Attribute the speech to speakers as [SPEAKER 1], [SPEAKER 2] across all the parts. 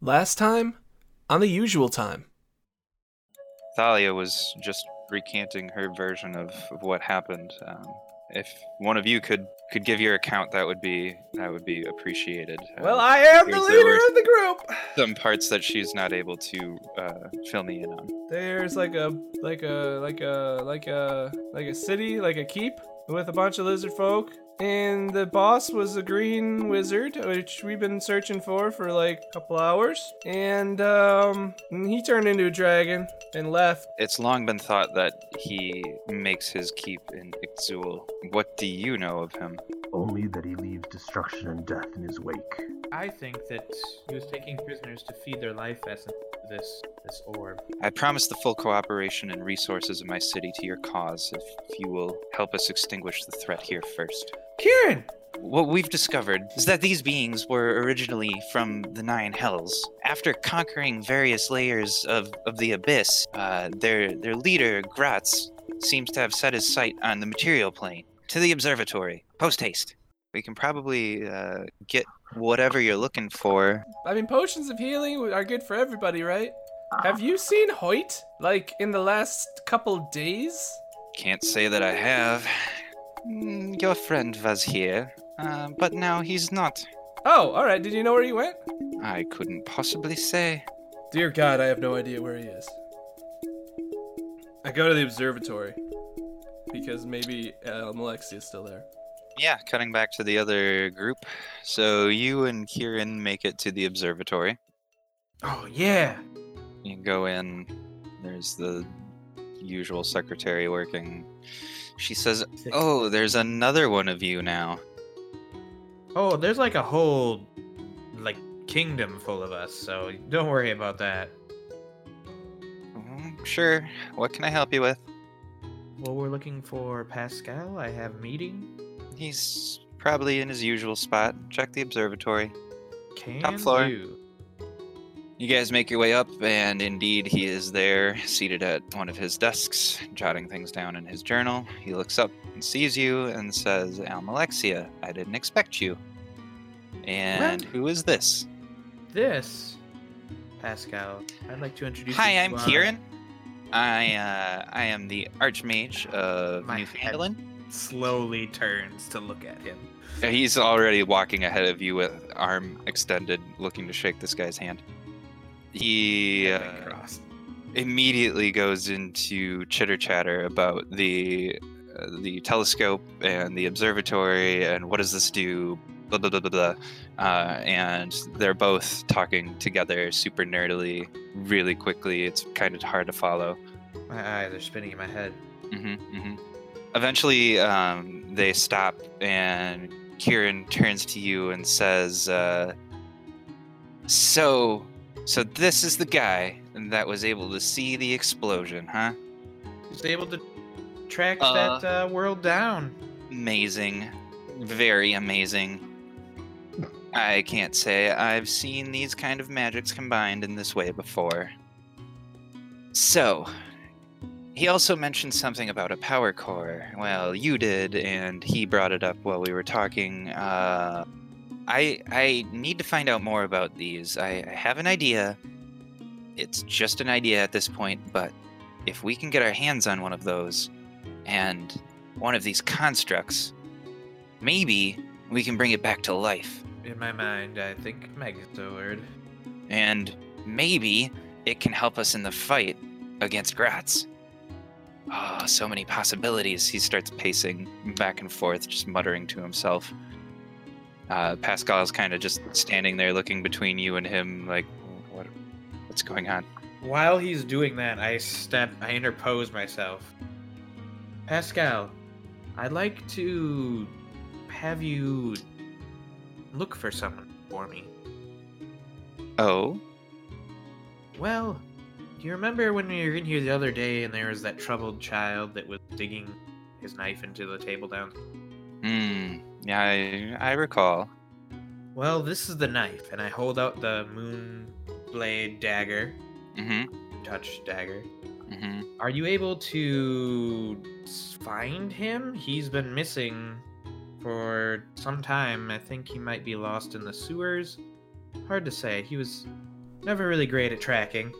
[SPEAKER 1] Last time, on the usual time.
[SPEAKER 2] Thalia was just recanting her version of, of what happened. Um, if one of you could could give your account, that would be that would be appreciated. Uh,
[SPEAKER 1] Well, I am the
[SPEAKER 2] here's the
[SPEAKER 1] leader
[SPEAKER 2] worst.
[SPEAKER 1] of the group.
[SPEAKER 2] some parts that she's not able to uh, fill me in on.
[SPEAKER 1] There's like a like a like a like a like a city, like a keep with a bunch of lizard folk. And the boss was a green wizard, which we've been searching for for like a couple hours. And um, he turned into a dragon and left.
[SPEAKER 2] It's long been thought that he makes his keep in Ixul. What do you know of him?
[SPEAKER 3] only that he leaves destruction and death in his wake.
[SPEAKER 4] I think that he was taking prisoners to feed their life essence to this this orb.
[SPEAKER 2] I promise the full cooperation and resources of my city to your cause if you will help us extinguish the threat here first.
[SPEAKER 4] Kieran,
[SPEAKER 2] What we've discovered is that these beings were originally from the Nine Hells. After conquering various layers of, of the Abyss, uh, their, their leader, Gratz, seems to have set his sight on the material plane, to the observatory, post haste. We can probably uh, get whatever you're looking for.
[SPEAKER 1] I mean, potions of healing are good for everybody, right? Have you seen Hoyt like in the last couple days?
[SPEAKER 2] Can't say that I have. Mm, Your friend was here, uh, but now he's not.
[SPEAKER 1] Oh, all right. Did you know where he went?
[SPEAKER 2] I couldn't possibly say.
[SPEAKER 1] Dear God, I have no idea where he is. I go to the observatory because maybe um, Alexia's still there.
[SPEAKER 2] Yeah, cutting back to the other group. So you and Kieran make it to the observatory.
[SPEAKER 4] Oh yeah.
[SPEAKER 2] You go in. There's the usual secretary working. She says, "Oh, there's another one of you now."
[SPEAKER 4] Oh, there's like a whole like kingdom full of us, so don't worry about that.
[SPEAKER 2] "Mm, Sure. What can I help you with?
[SPEAKER 4] Well, we're looking for Pascal. I have meeting.
[SPEAKER 2] He's probably in his usual spot. Check the observatory.
[SPEAKER 4] Can
[SPEAKER 2] floor.
[SPEAKER 4] do.
[SPEAKER 2] You guys make your way up, and indeed, he is there, seated at one of his desks, jotting things down in his journal. He looks up and sees you and says, Almalexia, I didn't expect you. And who is this?
[SPEAKER 4] this, Pascal. I'd like to introduce. you
[SPEAKER 2] Hi,
[SPEAKER 4] to
[SPEAKER 2] I'm
[SPEAKER 4] our-
[SPEAKER 2] Kieran. I uh, I am the Archmage of
[SPEAKER 4] My head.
[SPEAKER 2] Newfoundland.
[SPEAKER 4] Slowly turns to look at him.
[SPEAKER 2] He's already walking ahead of you with arm extended, looking to shake this guy's hand. He
[SPEAKER 4] Hand
[SPEAKER 2] uh,
[SPEAKER 4] crossed.
[SPEAKER 2] immediately goes into chitter chatter about the uh, the telescope and the observatory and what does this do blah blah blah blah blah uh, and they're both talking together super nerdily really quickly it's kind of hard to follow
[SPEAKER 4] My eyes are spinning in my head.
[SPEAKER 2] hmm hmm eventually um, they stop and kieran turns to you and says uh, so so this is the guy that was able to see the explosion huh
[SPEAKER 4] He's able to track
[SPEAKER 2] Uh,
[SPEAKER 4] that uh, world down.
[SPEAKER 2] amazing, very amazing. I can't say I've seen these kind of magics combined in this way before. So, he also mentioned something about a power core. Well, you did, and he brought it up while we were talking. Uh, I I need to find out more about these. I, I have an idea. It's just an idea at this point, but if we can get our hands on one of those, and one of these constructs. Maybe we can bring it back to life.
[SPEAKER 4] In my mind, I think Meg is the word.
[SPEAKER 2] And maybe it can help us in the fight against Gratz. Ah, so many possibilities. He starts pacing back and forth, just muttering to himself. Uh, Pascal's kind of just standing there looking between you and him, like, what, what's going on?
[SPEAKER 4] While he's doing that, I step, I interpose myself. Pascal, I'd like to have you look for someone for me.
[SPEAKER 2] Oh,
[SPEAKER 4] Well, do you remember when we were in here the other day and there was that troubled child that was digging his knife into the table down?
[SPEAKER 2] hmm. Yeah, I, I recall.
[SPEAKER 4] Well, this is the knife, and I hold out the moon blade dagger,
[SPEAKER 2] Mm
[SPEAKER 4] touch dagger.
[SPEAKER 2] hmm. Mm hmm.
[SPEAKER 4] Are you able to s- find him? He's been missing for some time. I think he might be lost in the sewers. Hard to say. He was Never really great at tracking.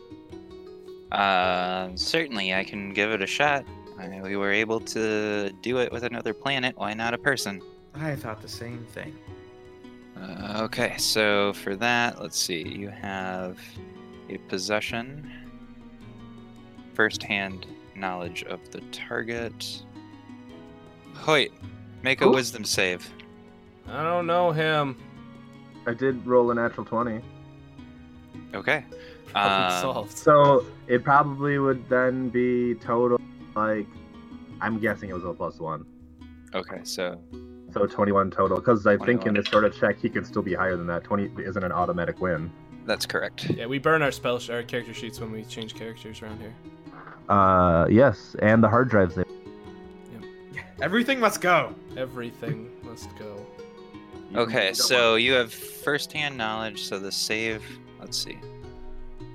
[SPEAKER 2] Uh, certainly, I can give it a shot. I, we were able to do it with another planet. Why not a person?
[SPEAKER 4] I thought the same thing.
[SPEAKER 2] Uh, okay, so for that, let's see. You have a possession, first-hand knowledge of the target. Hoyt, make a
[SPEAKER 3] Who?
[SPEAKER 2] wisdom save.
[SPEAKER 1] I don't know him.
[SPEAKER 3] I did roll a natural 20.
[SPEAKER 2] Okay.
[SPEAKER 1] Problem
[SPEAKER 2] Um,
[SPEAKER 1] solved.
[SPEAKER 3] So it probably would then be total, like, I'm guessing it was a plus one.
[SPEAKER 2] Okay, so
[SPEAKER 3] So 21 total. Because I think
[SPEAKER 2] 21.
[SPEAKER 3] in this sort of check, he could still be higher than that. 20 isn't an automatic win.
[SPEAKER 2] that's correct.
[SPEAKER 1] yeah, we burn our spell sh- our character sheets when we change characters around here.
[SPEAKER 3] Uh, yes. And the hard drive's there.
[SPEAKER 4] Everything must go.
[SPEAKER 1] Everything must go.
[SPEAKER 3] Mm-hmm.
[SPEAKER 2] Okay, so you have first-hand knowledge. So the save. Let's see.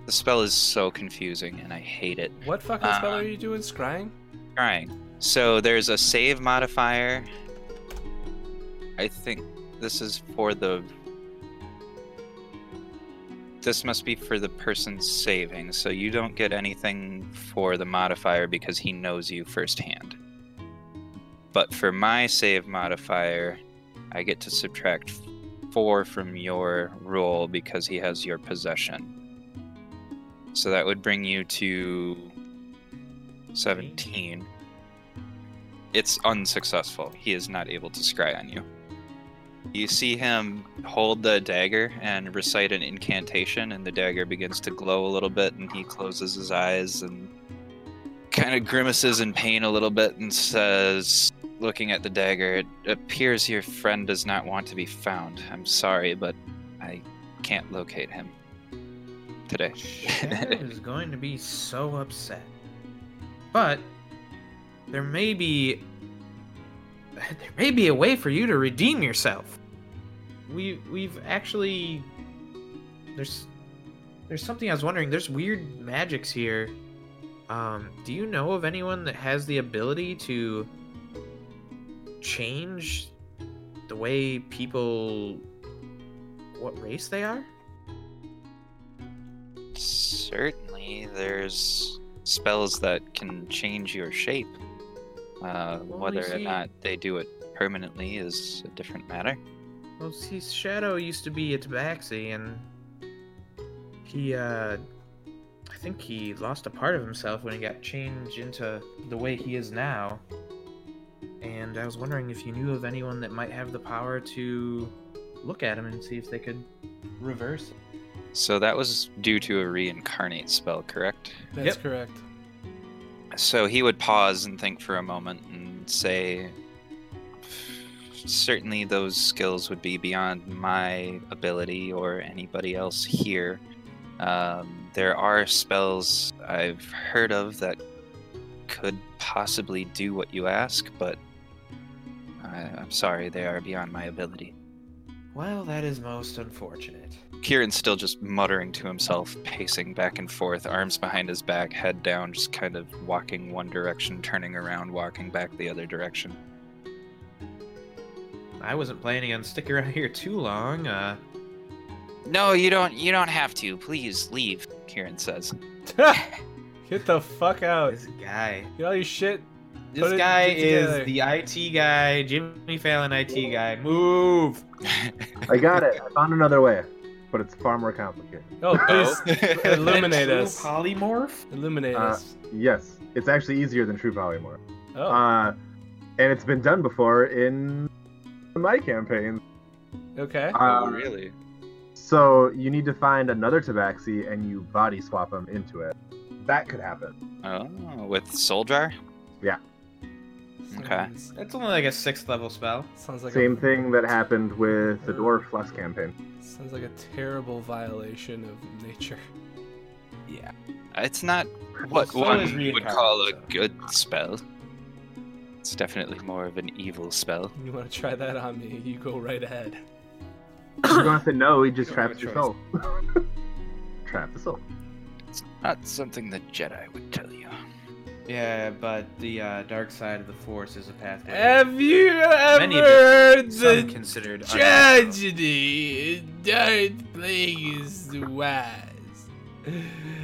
[SPEAKER 2] The spell is so confusing, and I hate it.
[SPEAKER 1] What fucking spell
[SPEAKER 2] Uh,
[SPEAKER 1] are you doing? Scrying?
[SPEAKER 2] Alright. So there's a save modifier. I think this is for the. This must be for the person saving, so you don't get anything for the modifier because he knows you firsthand. But for my save modifier, I get to subtract four from your roll because he has your possession. So that would bring you to 17. It's unsuccessful. He is not able to scry on you. You see him hold the dagger and recite an incantation, and the dagger begins to glow a little bit, and he closes his eyes and kind of grimaces in pain a little bit and says, looking at the dagger, it appears your friend does not want to be found. I'm sorry, but I can't locate him today.
[SPEAKER 4] Oh, Shadow is going to be so upset. But there may be there may be a way for you to redeem yourself. We we've actually there's there's something I was wondering. There's weird magics here. Um, do you know of anyone that has the ability to change the way people what race they are?
[SPEAKER 2] Certainly, there's spells that can change your shape. Uh,
[SPEAKER 4] Well, we
[SPEAKER 2] whether or
[SPEAKER 4] see-
[SPEAKER 2] not they do it permanently is a different matter.
[SPEAKER 4] Well, see, Shadow used to be a Tabaxi, and he, uh, I think he lost a part of himself when he got changed into the way he is now. And I was wondering if you knew of anyone that might have the power to look at him and see if they could reverse. it.
[SPEAKER 2] So that was due to a reincarnate spell, correct?
[SPEAKER 1] That's
[SPEAKER 4] yep.
[SPEAKER 1] correct.
[SPEAKER 2] So he would pause and think for a moment and say, Certainly, those skills would be beyond my ability or anybody else here. Um, there are spells I've heard of that could possibly do what you ask, but I, I'm sorry, they are beyond my ability.
[SPEAKER 4] Well, that is most unfortunate.
[SPEAKER 2] Kieran's still just muttering to himself, pacing back and forth, arms behind his back, head down, just kind of walking one direction, turning around, walking back the other direction.
[SPEAKER 4] I wasn't planning on sticking around here too long. Uh,
[SPEAKER 2] No, you don't. You don't have to. Please leave. Kieran says.
[SPEAKER 1] Get the fuck out.
[SPEAKER 4] this guy.
[SPEAKER 1] Get all your shit. Put
[SPEAKER 4] This
[SPEAKER 1] it
[SPEAKER 4] guy
[SPEAKER 1] together.
[SPEAKER 4] is the IT guy, Jimmy Fallon IT guy. Move!
[SPEAKER 3] I got it. I found another way. But it's far more complicated.
[SPEAKER 1] Oh, please illuminate
[SPEAKER 4] A true
[SPEAKER 1] us.
[SPEAKER 4] Polymorph?
[SPEAKER 1] Illuminate
[SPEAKER 3] Uh,
[SPEAKER 1] us.
[SPEAKER 3] Yes. It's actually easier than True Polymorph.
[SPEAKER 1] Oh,
[SPEAKER 3] Uh, and it's been done before in my campaign.
[SPEAKER 1] okay.
[SPEAKER 2] oh,
[SPEAKER 3] Uh,
[SPEAKER 2] really?
[SPEAKER 3] So you need to find another tabaxi and you body swap them into it. That could happen.
[SPEAKER 2] Oh, with Soljar? okay.
[SPEAKER 1] Sounds,
[SPEAKER 4] That's only like a sixth level spell.
[SPEAKER 1] sounds like
[SPEAKER 3] Same
[SPEAKER 1] a, Uh,
[SPEAKER 3] thing that happened with the dwarf last campaign.
[SPEAKER 1] Sounds like a terrible violation of nature.
[SPEAKER 2] Yeah. It's not what
[SPEAKER 4] So is
[SPEAKER 2] one would call a
[SPEAKER 4] reincarnate,
[SPEAKER 2] good spell. It's definitely more of an evil spell.
[SPEAKER 1] You want to try that on me? You go right ahead.
[SPEAKER 3] If you don't have to know. He just
[SPEAKER 4] You don't have
[SPEAKER 3] traps
[SPEAKER 4] a
[SPEAKER 3] your
[SPEAKER 4] choice.
[SPEAKER 3] soul. Trap the soul.
[SPEAKER 2] It's not something the Jedi would tell you.
[SPEAKER 4] so- Yeah, but the uh, dark side of the force is a pathway.
[SPEAKER 1] Have you ever
[SPEAKER 4] Many of
[SPEAKER 1] heard
[SPEAKER 4] Some
[SPEAKER 1] the
[SPEAKER 4] considered unethical.
[SPEAKER 1] tragedy? Darth Plagueis the Wise.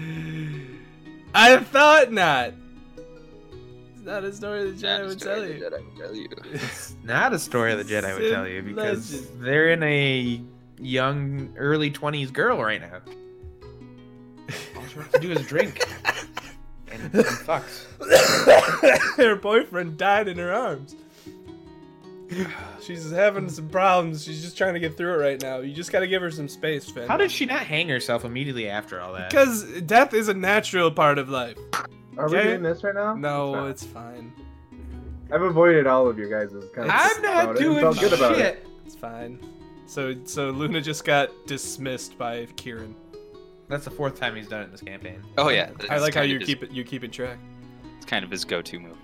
[SPEAKER 1] I thought not. It's not a story the Jedi would tell you.
[SPEAKER 2] Jedi would tell you.
[SPEAKER 4] It's not a story of the Jedi would tell you because
[SPEAKER 1] Legend.
[SPEAKER 4] they're in a young, early 20s girl right now. All she wants to do is drink and, and fucks.
[SPEAKER 1] her boyfriend died in her arms. She's having some problems. She's just trying to get through it right now. You just gotta give her some space, Finn.
[SPEAKER 4] How did she not hang herself immediately after all that?
[SPEAKER 1] Because death is a natural part of life.
[SPEAKER 3] Are we
[SPEAKER 1] Okay.
[SPEAKER 3] doing this right now? It's
[SPEAKER 1] No,
[SPEAKER 3] not.
[SPEAKER 1] it's fine.
[SPEAKER 3] I've avoided all of you guys' kind of
[SPEAKER 4] I'm not doing
[SPEAKER 3] felt good about it.
[SPEAKER 4] shit.
[SPEAKER 1] It's fine. So, so Luna just got dismissed by Kieran.
[SPEAKER 4] That's the fourth time he's done it in this campaign.
[SPEAKER 2] Oh yeah.
[SPEAKER 1] I
[SPEAKER 2] it's
[SPEAKER 1] like how
[SPEAKER 2] kind of
[SPEAKER 1] you
[SPEAKER 2] his-
[SPEAKER 1] keep it. You keep it track.
[SPEAKER 2] It's kind of his go-to move.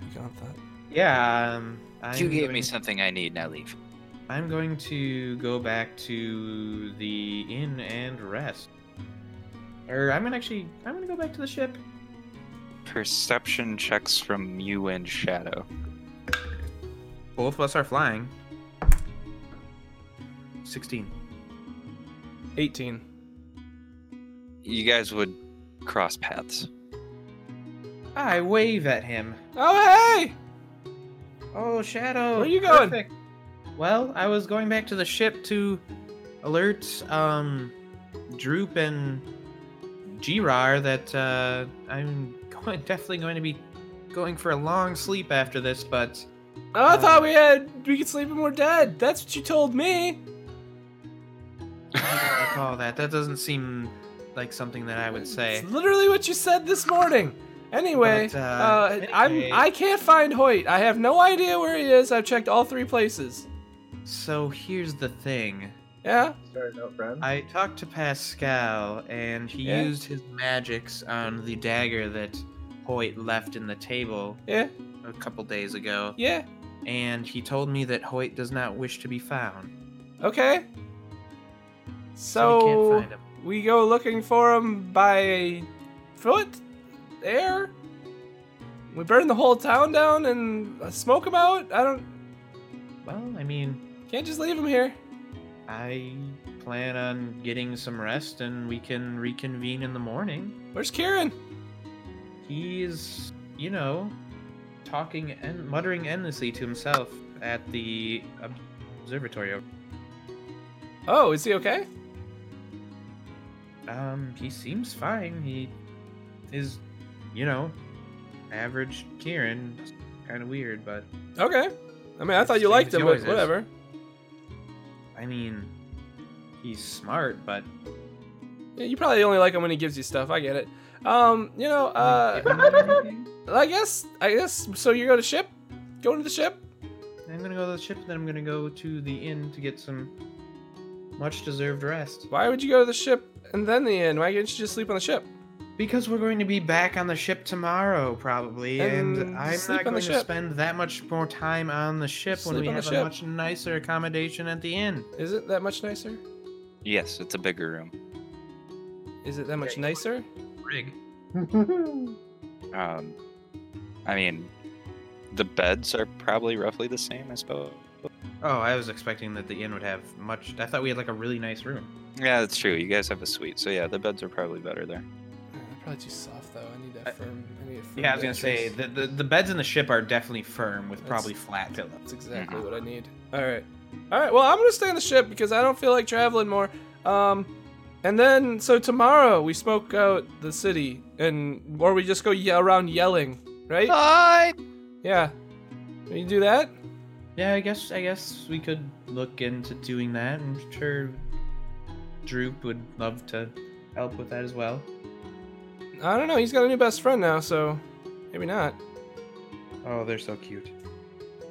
[SPEAKER 1] You got that?
[SPEAKER 4] Yeah. Um, I'm
[SPEAKER 2] you gave me
[SPEAKER 4] going-
[SPEAKER 2] something I need. Now leave.
[SPEAKER 4] I'm going to go back to the inn and rest. Or I'm gonna actually I'm gonna go back to the ship.
[SPEAKER 2] Perception checks from you and Shadow.
[SPEAKER 4] Both of us are flying. Sixteen.
[SPEAKER 1] Eighteen.
[SPEAKER 2] You guys would cross paths.
[SPEAKER 4] I wave at him.
[SPEAKER 1] Oh hey!
[SPEAKER 4] Oh, Shadow.
[SPEAKER 1] Where you going?
[SPEAKER 4] perfect. Well, I was going back to the ship to alert um Droop and Girar that uh, I'm going, definitely going to be going for a long sleep after this, but
[SPEAKER 1] Oh, I thought we had we could sleep and we're dead. That's what you told me.
[SPEAKER 4] I don't recall that. That doesn't seem like something that I would say.
[SPEAKER 1] It's literally what you said this morning. Anyway,
[SPEAKER 4] But, uh,
[SPEAKER 1] uh, I'm
[SPEAKER 4] anyway.
[SPEAKER 1] I can't find Hoyt. I have no idea where he is. I've checked all three places.
[SPEAKER 4] So here's the thing.
[SPEAKER 1] Yeah.
[SPEAKER 3] Starting out, friend.
[SPEAKER 4] I talked to Pascal, and he
[SPEAKER 1] Yeah?
[SPEAKER 4] used his magics on the dagger that Hoyt left in the table
[SPEAKER 1] Yeah.
[SPEAKER 4] a couple days ago,
[SPEAKER 1] Yeah.
[SPEAKER 4] and he told me that Hoyt does not wish to be found,
[SPEAKER 1] Okay.
[SPEAKER 4] so, we
[SPEAKER 1] So,
[SPEAKER 4] can't find him.
[SPEAKER 1] we go looking for him by foot, air. We burn the whole town down and smoke him out. I don't
[SPEAKER 4] Well, I mean,
[SPEAKER 1] can't just leave him here.
[SPEAKER 4] I plan on getting some rest, and we can reconvene in the morning.
[SPEAKER 1] Where's Kieran?
[SPEAKER 4] He's, you know, talking and muttering endlessly to himself at the observatory. over-
[SPEAKER 1] Oh, is he okay?
[SPEAKER 4] Um, he seems fine. He is, you know, average Kieran. Kind of weird, but
[SPEAKER 1] Okay. I mean, I thought you
[SPEAKER 4] Same
[SPEAKER 1] liked
[SPEAKER 4] as
[SPEAKER 1] him,
[SPEAKER 4] yours
[SPEAKER 1] but
[SPEAKER 4] is.
[SPEAKER 1] whatever.
[SPEAKER 4] I mean, he's smart, but
[SPEAKER 1] Yeah, you probably only like him when he gives you stuff. I get it. Um, you know,
[SPEAKER 4] Like,
[SPEAKER 1] uh,
[SPEAKER 4] if I'm doing anything,
[SPEAKER 1] I guess, I guess. So you go to ship, go to the ship.
[SPEAKER 4] I'm gonna go to the ship, then I'm gonna go to the inn to get some much-deserved rest.
[SPEAKER 1] Why would you go to the ship and then the inn? Why can't you just sleep on the ship?
[SPEAKER 4] Because we're going to be back on the ship tomorrow, probably, and,
[SPEAKER 1] And
[SPEAKER 4] I'm
[SPEAKER 1] sleep
[SPEAKER 4] not
[SPEAKER 1] on the
[SPEAKER 4] going to
[SPEAKER 1] ship.
[SPEAKER 4] spend that much more time on the ship
[SPEAKER 1] Sleep
[SPEAKER 4] when we
[SPEAKER 1] on the
[SPEAKER 4] have a
[SPEAKER 1] ship.
[SPEAKER 4] much nicer accommodation at the inn.
[SPEAKER 1] Is it that much nicer?
[SPEAKER 2] Yes, it's a bigger room.
[SPEAKER 1] Is it that much
[SPEAKER 4] Okay.
[SPEAKER 1] nicer?
[SPEAKER 4] Rig.
[SPEAKER 2] Um, I mean, the beds are probably roughly the same, I suppose.
[SPEAKER 4] Oh, I was expecting that the inn would have much. I thought we had like a really nice room.
[SPEAKER 2] Yeah, that's true. You guys have a suite, so yeah, the beds are probably better there.
[SPEAKER 1] Uh, probably too soft though. I need
[SPEAKER 4] I-
[SPEAKER 1] that firm. I need a firm
[SPEAKER 4] Yeah, I was gonna say
[SPEAKER 1] mattress.
[SPEAKER 4] the, the the beds in the ship are definitely firm with
[SPEAKER 1] That's-
[SPEAKER 4] probably flat pillows.
[SPEAKER 1] That's exactly what I need. All right, all right. Well, I'm gonna stay on the ship because I don't feel like traveling more. Um, and then so tomorrow we smoke out the city, and or we just go ye- around yelling, right?
[SPEAKER 4] Oh.
[SPEAKER 1] Yeah. Can you do that?
[SPEAKER 4] Yeah, I guess I guess we could look into doing that. I'm sure Droop would love to help with that as well.
[SPEAKER 1] I don't know. He's got a new best friend now, so maybe not.
[SPEAKER 4] Oh, they're so cute.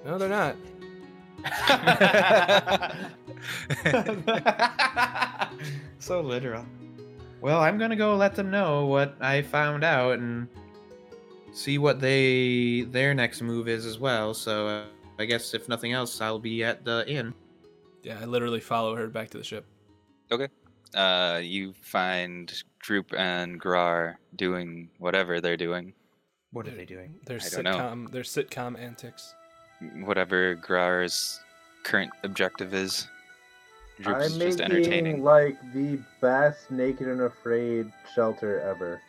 [SPEAKER 1] No, they're not.
[SPEAKER 4] so literal. Well, I'm gonna go let them know what I found out and see what they their next move is as well. So uh, I guess if nothing else, I'll be at the inn.
[SPEAKER 1] Yeah, I literally follow her back to the ship.
[SPEAKER 2] Uh, you find Droop and Grar doing whatever they're doing.
[SPEAKER 4] What are they doing?
[SPEAKER 1] Their
[SPEAKER 2] I don't know.
[SPEAKER 1] sitcom, their sitcom antics.
[SPEAKER 2] Whatever Grar's current objective is. Droop's is
[SPEAKER 3] I'm
[SPEAKER 2] just
[SPEAKER 3] making,
[SPEAKER 2] entertaining.
[SPEAKER 3] like the best naked and afraid shelter ever.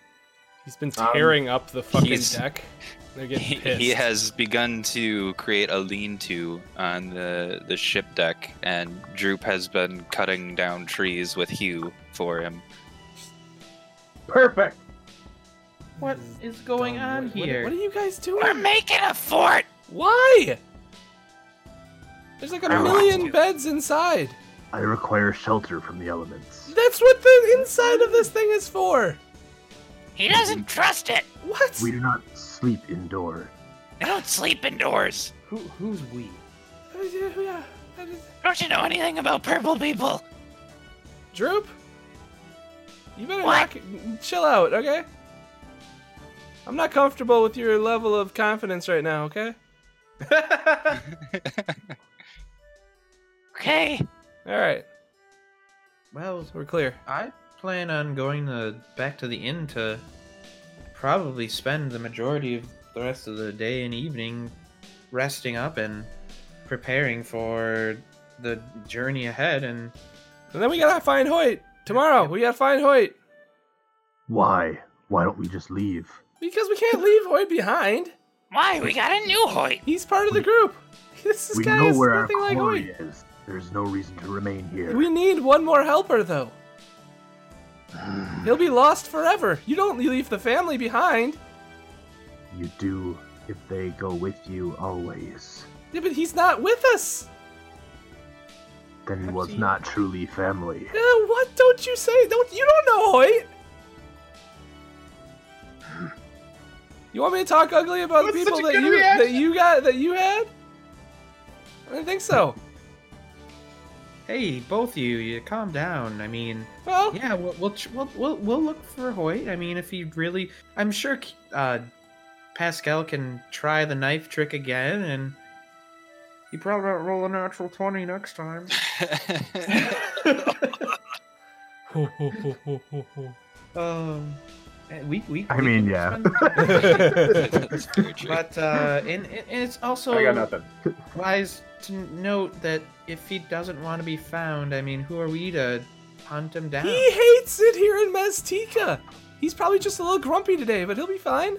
[SPEAKER 1] He's been
[SPEAKER 3] Um,
[SPEAKER 1] tearing up the fucking
[SPEAKER 2] he's-
[SPEAKER 1] deck. They're
[SPEAKER 2] He,
[SPEAKER 1] getting pissed.
[SPEAKER 2] he has begun to create a lean-to on the the ship deck, and Droop has been cutting down trees with Hugh for him.
[SPEAKER 3] Perfect.
[SPEAKER 4] What is going
[SPEAKER 1] Dumb.
[SPEAKER 4] on
[SPEAKER 1] What- what-
[SPEAKER 4] here?
[SPEAKER 1] What, are you guys
[SPEAKER 2] We're
[SPEAKER 1] doing?
[SPEAKER 2] making a fort.
[SPEAKER 1] Why? There's like a
[SPEAKER 2] I want
[SPEAKER 1] million
[SPEAKER 2] to.
[SPEAKER 1] beds inside.
[SPEAKER 3] I require shelter from the elements.
[SPEAKER 1] That's what the inside of this thing is for.
[SPEAKER 2] He doesn't trust it.
[SPEAKER 1] What?
[SPEAKER 3] do not sleep indoors.
[SPEAKER 2] They don't sleep indoors.
[SPEAKER 4] Who, who's we?
[SPEAKER 1] Uh, yeah, yeah. That is-
[SPEAKER 2] Don't you know anything about purple people?
[SPEAKER 1] Droop? You better knock
[SPEAKER 2] What?
[SPEAKER 1] it- chill out, okay? I'm not comfortable with your level of confidence right now, okay?
[SPEAKER 2] Okay.
[SPEAKER 1] All right,
[SPEAKER 4] well,
[SPEAKER 1] we're clear.
[SPEAKER 4] I plan on going to, back to the inn to probably spend the majority of the rest of the day and evening resting up and preparing for the journey ahead. And
[SPEAKER 1] And then we gotta find Hoyt tomorrow. We gotta find Hoyt
[SPEAKER 3] Why? Why don't we just leave?
[SPEAKER 1] because we can't leave Hoyt behind.
[SPEAKER 2] Why? We got a new Hoyt.
[SPEAKER 1] He's part of the group. This
[SPEAKER 3] we
[SPEAKER 1] guy
[SPEAKER 3] know
[SPEAKER 1] is
[SPEAKER 3] where our
[SPEAKER 1] nothing like
[SPEAKER 3] quarry
[SPEAKER 1] Hoyt.
[SPEAKER 3] is. There's no reason to remain here.
[SPEAKER 1] We need one more helper though. He'll be lost forever. You don't leave the family behind.
[SPEAKER 3] You do if they go with you always.
[SPEAKER 1] Yeah, but he's not with us.
[SPEAKER 3] Then he
[SPEAKER 4] Perhaps
[SPEAKER 3] was
[SPEAKER 4] he-
[SPEAKER 3] not truly family.
[SPEAKER 1] Yeah, Uh, what don't you say? Don't you don't know Hoyt? You want me to talk ugly about
[SPEAKER 4] That's
[SPEAKER 1] the
[SPEAKER 4] such
[SPEAKER 1] people that
[SPEAKER 4] a good
[SPEAKER 1] you that
[SPEAKER 4] reaction.
[SPEAKER 1] you got that you had? I didn't think so.
[SPEAKER 4] hey, both of you, you calm down. I mean,
[SPEAKER 1] Well,
[SPEAKER 4] yeah, we'll we'll tr- we'll, we'll, we'll look for Hoyt. I mean, if he really, I'm sure uh, Pascal can try the knife trick again, and he probably won't roll a natural twenty next time. um, and we we.
[SPEAKER 3] I
[SPEAKER 4] we
[SPEAKER 3] mean,
[SPEAKER 4] can
[SPEAKER 3] yeah.
[SPEAKER 4] spend the time-
[SPEAKER 2] That's very true.
[SPEAKER 4] But uh, and, and it's also wise to note that if he doesn't want to be found, I mean, who are we to hunt him down?
[SPEAKER 1] he hates it here in Meztica. He's probably just a little grumpy today, but he'll be fine.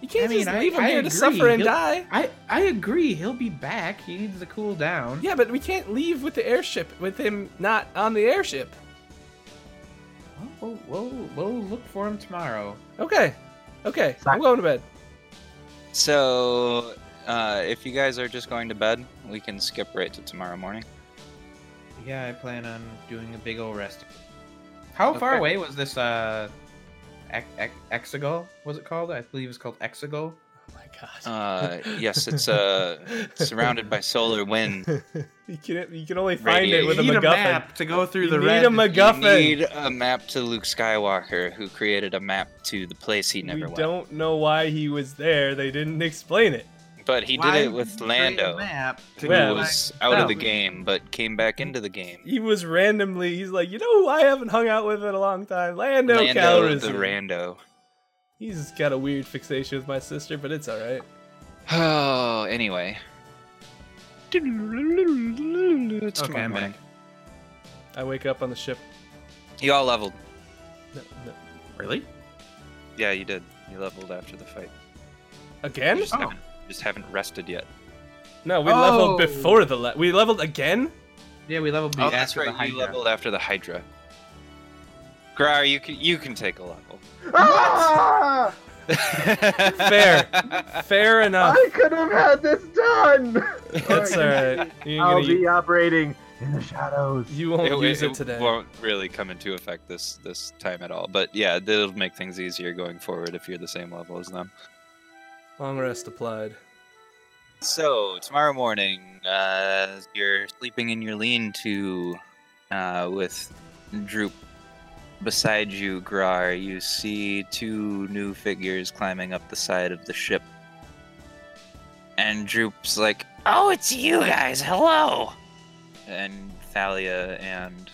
[SPEAKER 1] You can't
[SPEAKER 4] I mean,
[SPEAKER 1] just
[SPEAKER 4] I-
[SPEAKER 1] leave him
[SPEAKER 4] I
[SPEAKER 1] here to
[SPEAKER 4] agree.
[SPEAKER 1] suffer and
[SPEAKER 4] He'll-
[SPEAKER 1] die.
[SPEAKER 4] I I agree. He'll be back. He needs to cool down.
[SPEAKER 1] Yeah, but we can't leave with the airship with him not on the airship.
[SPEAKER 4] We'll, we'll, we'll look for him tomorrow.
[SPEAKER 1] Okay. Okay.
[SPEAKER 3] Sac-
[SPEAKER 1] I'm going to bed.
[SPEAKER 2] so, uh, if you guys are just going to bed, we can skip right to tomorrow morning.
[SPEAKER 4] Yeah, I plan on doing a big old rest. How far
[SPEAKER 2] Okay.
[SPEAKER 4] away was this uh, ex- ex- exegol? Was it called? I believe it's called
[SPEAKER 1] Oh
[SPEAKER 4] exegol.
[SPEAKER 1] my god.
[SPEAKER 2] Uh, yes, it's uh, surrounded by solar wind.
[SPEAKER 1] you can you can only find it with a
[SPEAKER 2] Radiation.
[SPEAKER 4] need a
[SPEAKER 1] MacGuffin.
[SPEAKER 4] map to go through
[SPEAKER 1] You
[SPEAKER 4] the
[SPEAKER 1] need
[SPEAKER 4] red.
[SPEAKER 1] a MacGuffin.
[SPEAKER 2] You need a map to Luke Skywalker, who created a map to the place he never
[SPEAKER 1] we
[SPEAKER 2] went.
[SPEAKER 1] don't know why he was there. They didn't explain it.
[SPEAKER 2] But he
[SPEAKER 4] Why
[SPEAKER 2] did it
[SPEAKER 4] would you
[SPEAKER 2] with
[SPEAKER 4] create a
[SPEAKER 2] Lando,
[SPEAKER 4] map to
[SPEAKER 2] who
[SPEAKER 1] Well-
[SPEAKER 4] go Oh.
[SPEAKER 2] was
[SPEAKER 4] back
[SPEAKER 2] out of
[SPEAKER 4] south?
[SPEAKER 2] the game but came back into the game.
[SPEAKER 1] He was randomly. He's like, you know, who I haven't hung out with in a long time. Lando,
[SPEAKER 2] Lando, the
[SPEAKER 1] Calrissian.
[SPEAKER 2] rando.
[SPEAKER 1] he's got a weird fixation with my sister, but it's all right.
[SPEAKER 2] Oh, anyway. It's
[SPEAKER 4] Okay,
[SPEAKER 2] tomorrow
[SPEAKER 4] I'm
[SPEAKER 2] morning.
[SPEAKER 4] back.
[SPEAKER 1] I wake up on the ship.
[SPEAKER 2] You all leveled.
[SPEAKER 1] No, no.
[SPEAKER 4] Really?
[SPEAKER 2] Yeah, you did. You leveled after the fight. You
[SPEAKER 1] Again?
[SPEAKER 2] just, haven't, you just haven't rested yet.
[SPEAKER 1] No, we
[SPEAKER 4] Oh.
[SPEAKER 1] leveled before the le- we leveled again.
[SPEAKER 4] Yeah, we leveled.
[SPEAKER 2] oh,
[SPEAKER 4] after
[SPEAKER 2] that's
[SPEAKER 4] the
[SPEAKER 2] right.
[SPEAKER 4] high
[SPEAKER 2] You leveled after the Hydra. Grar, you can you can take a level.
[SPEAKER 3] Ah!
[SPEAKER 2] Fair.
[SPEAKER 1] Fair
[SPEAKER 2] Ah.
[SPEAKER 1] enough.
[SPEAKER 3] I could have had this done.
[SPEAKER 1] That's all right. You're gonna
[SPEAKER 3] I'll
[SPEAKER 1] u-
[SPEAKER 3] be operating in the shadows.
[SPEAKER 1] you won't use it, today.
[SPEAKER 2] won't really come into effect this this time at all. But yeah, that'll make things easier going forward if you're the same level as them.
[SPEAKER 1] Long rest applied.
[SPEAKER 2] So tomorrow morning, uh, you're sleeping in your lean-to uh, with Droop beside you, Grar. You see two new figures climbing up the side of the ship, and Droop's like, "Oh, it's you guys! Hello!" And Thalia and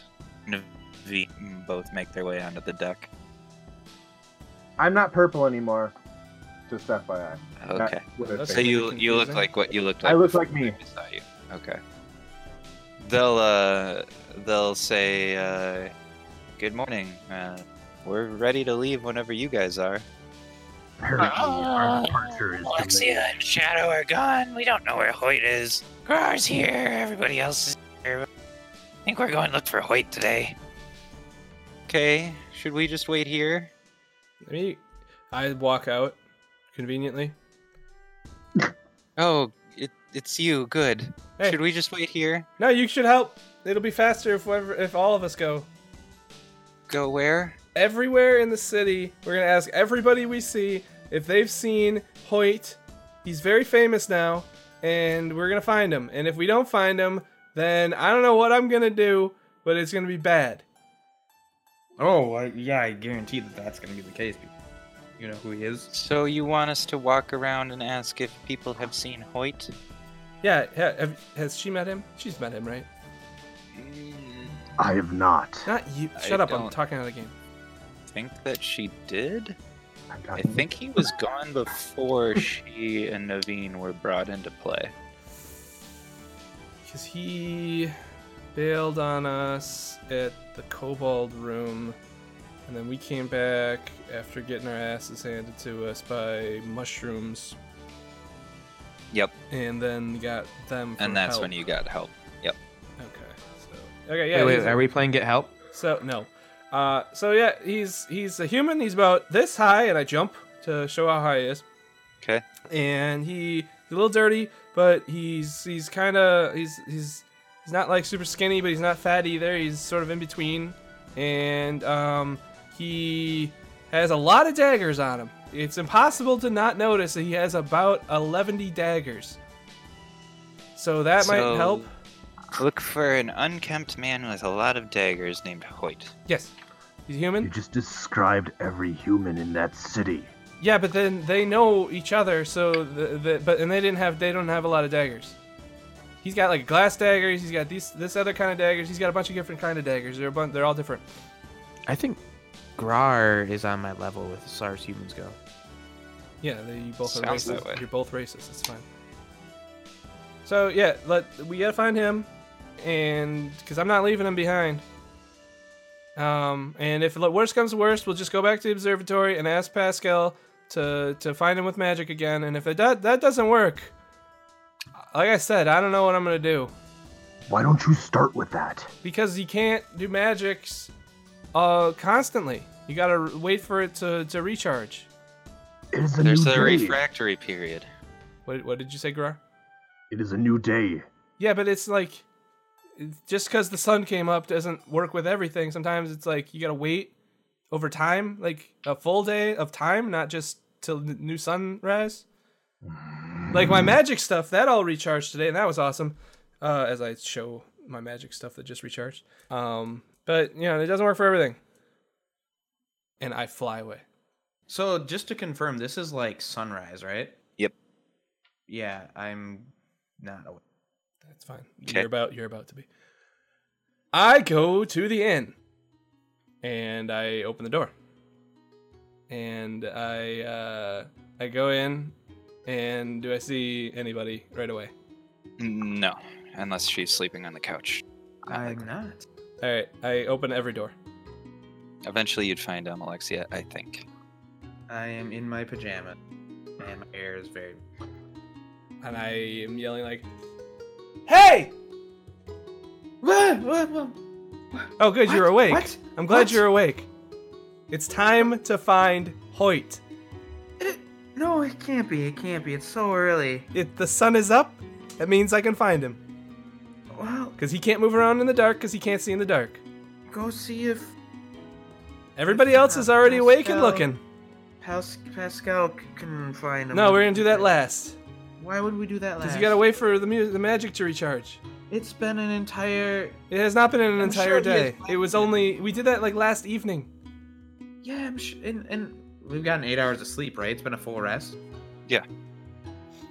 [SPEAKER 2] Naveen both make their way onto the deck.
[SPEAKER 3] I'm not purple anymore. Just FYI. Not
[SPEAKER 2] Okay,
[SPEAKER 3] with a
[SPEAKER 1] That's
[SPEAKER 2] so
[SPEAKER 3] face.
[SPEAKER 2] you you look
[SPEAKER 1] confusing.
[SPEAKER 2] like what you looked
[SPEAKER 3] I
[SPEAKER 2] like.
[SPEAKER 3] look like
[SPEAKER 2] before
[SPEAKER 3] me.
[SPEAKER 2] I saw you. Okay. they'll uh, they'll say, uh, "Good morning. Uh, we're ready to leave whenever you guys are."
[SPEAKER 3] Apparently, our
[SPEAKER 2] Ah,
[SPEAKER 3] departure is delayed.
[SPEAKER 2] and Shadow are gone. We don't know where Hoyt is. Grar's here. Everybody else is here. I think we're going to look for Hoyt today. Okay, should we just wait here?
[SPEAKER 1] I mean, I walk out conveniently.
[SPEAKER 2] Oh, it, it's you. Good.
[SPEAKER 1] Hey.
[SPEAKER 2] Should we just wait here?
[SPEAKER 1] No, you should help. It'll be faster if whoever, if all of us go.
[SPEAKER 2] Go where?
[SPEAKER 1] Everywhere in the city, we're gonna ask everybody we see if they've seen Hoyt. He's very famous now, and we're gonna find him. And if we don't find him, then I don't know what I'm gonna do, but it's gonna be bad.
[SPEAKER 4] Oh, I, yeah, I guarantee that that's going to be the case. because You know who he is?
[SPEAKER 2] So you want us to walk around and ask if people have seen Hoyt?
[SPEAKER 1] Yeah, ha- have, has she met him? She's met him, right?
[SPEAKER 2] Mm,
[SPEAKER 3] I have not.
[SPEAKER 1] Not you.
[SPEAKER 2] I
[SPEAKER 1] Shut up! I'm
[SPEAKER 2] don't.
[SPEAKER 1] talking out of the game.
[SPEAKER 2] think that she did.
[SPEAKER 3] I'm
[SPEAKER 2] I
[SPEAKER 3] talking-
[SPEAKER 2] think he was gone before she and Naveen were brought into play.
[SPEAKER 1] Because he bailed on us at the Kobold Room, and then we came back after getting our asses handed to us by mushrooms,
[SPEAKER 2] Yep,
[SPEAKER 1] and then got them. For
[SPEAKER 2] and that's
[SPEAKER 1] help.
[SPEAKER 2] when you got help.
[SPEAKER 1] Okay. So okay, yeah. he's a-
[SPEAKER 4] we playing Get Help?
[SPEAKER 1] So no. Uh, so yeah, he's he's a human. He's about this high, and I jump to show how high he is.
[SPEAKER 2] 'Kay.
[SPEAKER 1] And he he's a little dirty, but he's he's kind of he's he's he's not like super skinny, but he's not fat either. He's sort of in between, and um, he has a lot of daggers on him. It's impossible to not notice that he has about 110 daggers. So that might
[SPEAKER 2] So-
[SPEAKER 1] help.
[SPEAKER 2] Look for an unkempt man with a lot of daggers named Hoyt.
[SPEAKER 1] Yes. He's human.
[SPEAKER 3] You just described every human in that city.
[SPEAKER 1] Yeah, but then they know each other, so the, the but and they didn't have they don't have a lot of daggers. He's got like glass daggers. He's got these this other kind of daggers. He's got a bunch of different kind of daggers. They're a bun- they're all different.
[SPEAKER 4] I think Grar is on my level with as far as humans go.
[SPEAKER 1] Yeah, they, you both are
[SPEAKER 2] Sounds
[SPEAKER 1] racist.
[SPEAKER 2] that way.
[SPEAKER 1] You're both racist. It's fine. So yeah, let we gotta find him, and because I'm not leaving him behind. Um, and if the worst comes to worst, we'll just go back to the observatory and ask Pascal to to find him with magic again. And if it, that that doesn't work, like I said, I don't know what I'm gonna do
[SPEAKER 3] Why don't you start with that?
[SPEAKER 1] because you can't do magics, uh, constantly. You gotta wait for it to to recharge.
[SPEAKER 3] It is a
[SPEAKER 2] There's
[SPEAKER 3] new
[SPEAKER 2] the
[SPEAKER 3] day.
[SPEAKER 2] refractory period.
[SPEAKER 1] What what did you say, Grar?
[SPEAKER 3] It is a new day.
[SPEAKER 1] Yeah, but it's like it's- just because the sun came up doesn't work with everything. Sometimes it's like you gotta wait over time, like a full day of time, not just till the new sunrise. Like my magic stuff, that all recharged today, and that was awesome. Uh, as I show my magic stuff that just recharged. Um, but you know, it doesn't work for everything. And I fly away.
[SPEAKER 4] So just to confirm, this is like sunrise, right?
[SPEAKER 2] Yep.
[SPEAKER 4] Yeah, I'm not awake.
[SPEAKER 1] That's fine.
[SPEAKER 2] Okay.
[SPEAKER 1] You're about you're about to be. I go to the inn and I open the door. And I uh I go in and do I see anybody right away?
[SPEAKER 2] No, unless she's sleeping on the couch. Uh, Not
[SPEAKER 4] I'm
[SPEAKER 2] likely.
[SPEAKER 4] not.
[SPEAKER 1] All right, I open every door.
[SPEAKER 2] Eventually, you'd find um, Alexia, I think.
[SPEAKER 4] I am in my pajamas, and my hair is very.
[SPEAKER 1] And I am yelling like, "Hey!
[SPEAKER 4] What? What? What?
[SPEAKER 1] Oh good, you're awake.
[SPEAKER 4] What?
[SPEAKER 1] I'm glad
[SPEAKER 4] What?
[SPEAKER 1] you're awake. It's time to find Hoyt.
[SPEAKER 4] It, no, it can't be. It can't be. It's so early.
[SPEAKER 1] If the sun is up, that means I can find him
[SPEAKER 4] Well,
[SPEAKER 1] cuz he can't move around in the dark cuz he can't see in the dark.
[SPEAKER 4] go see if
[SPEAKER 1] Everybody else is already awake and looking.
[SPEAKER 4] Pas- Pascal c- can find him.
[SPEAKER 1] No, we're gonna do that last.
[SPEAKER 4] Why would we do that last?
[SPEAKER 1] Because you gotta wait for the mu- the magic to recharge.
[SPEAKER 4] It's been an entire.
[SPEAKER 1] It has not been an
[SPEAKER 4] I'm
[SPEAKER 1] entire
[SPEAKER 4] sure he has
[SPEAKER 1] day. It was only we did that like last evening.
[SPEAKER 4] Yeah, I'm sh- and and we've gotten eight hours of sleep, right? It's been a full rest.
[SPEAKER 2] Yeah.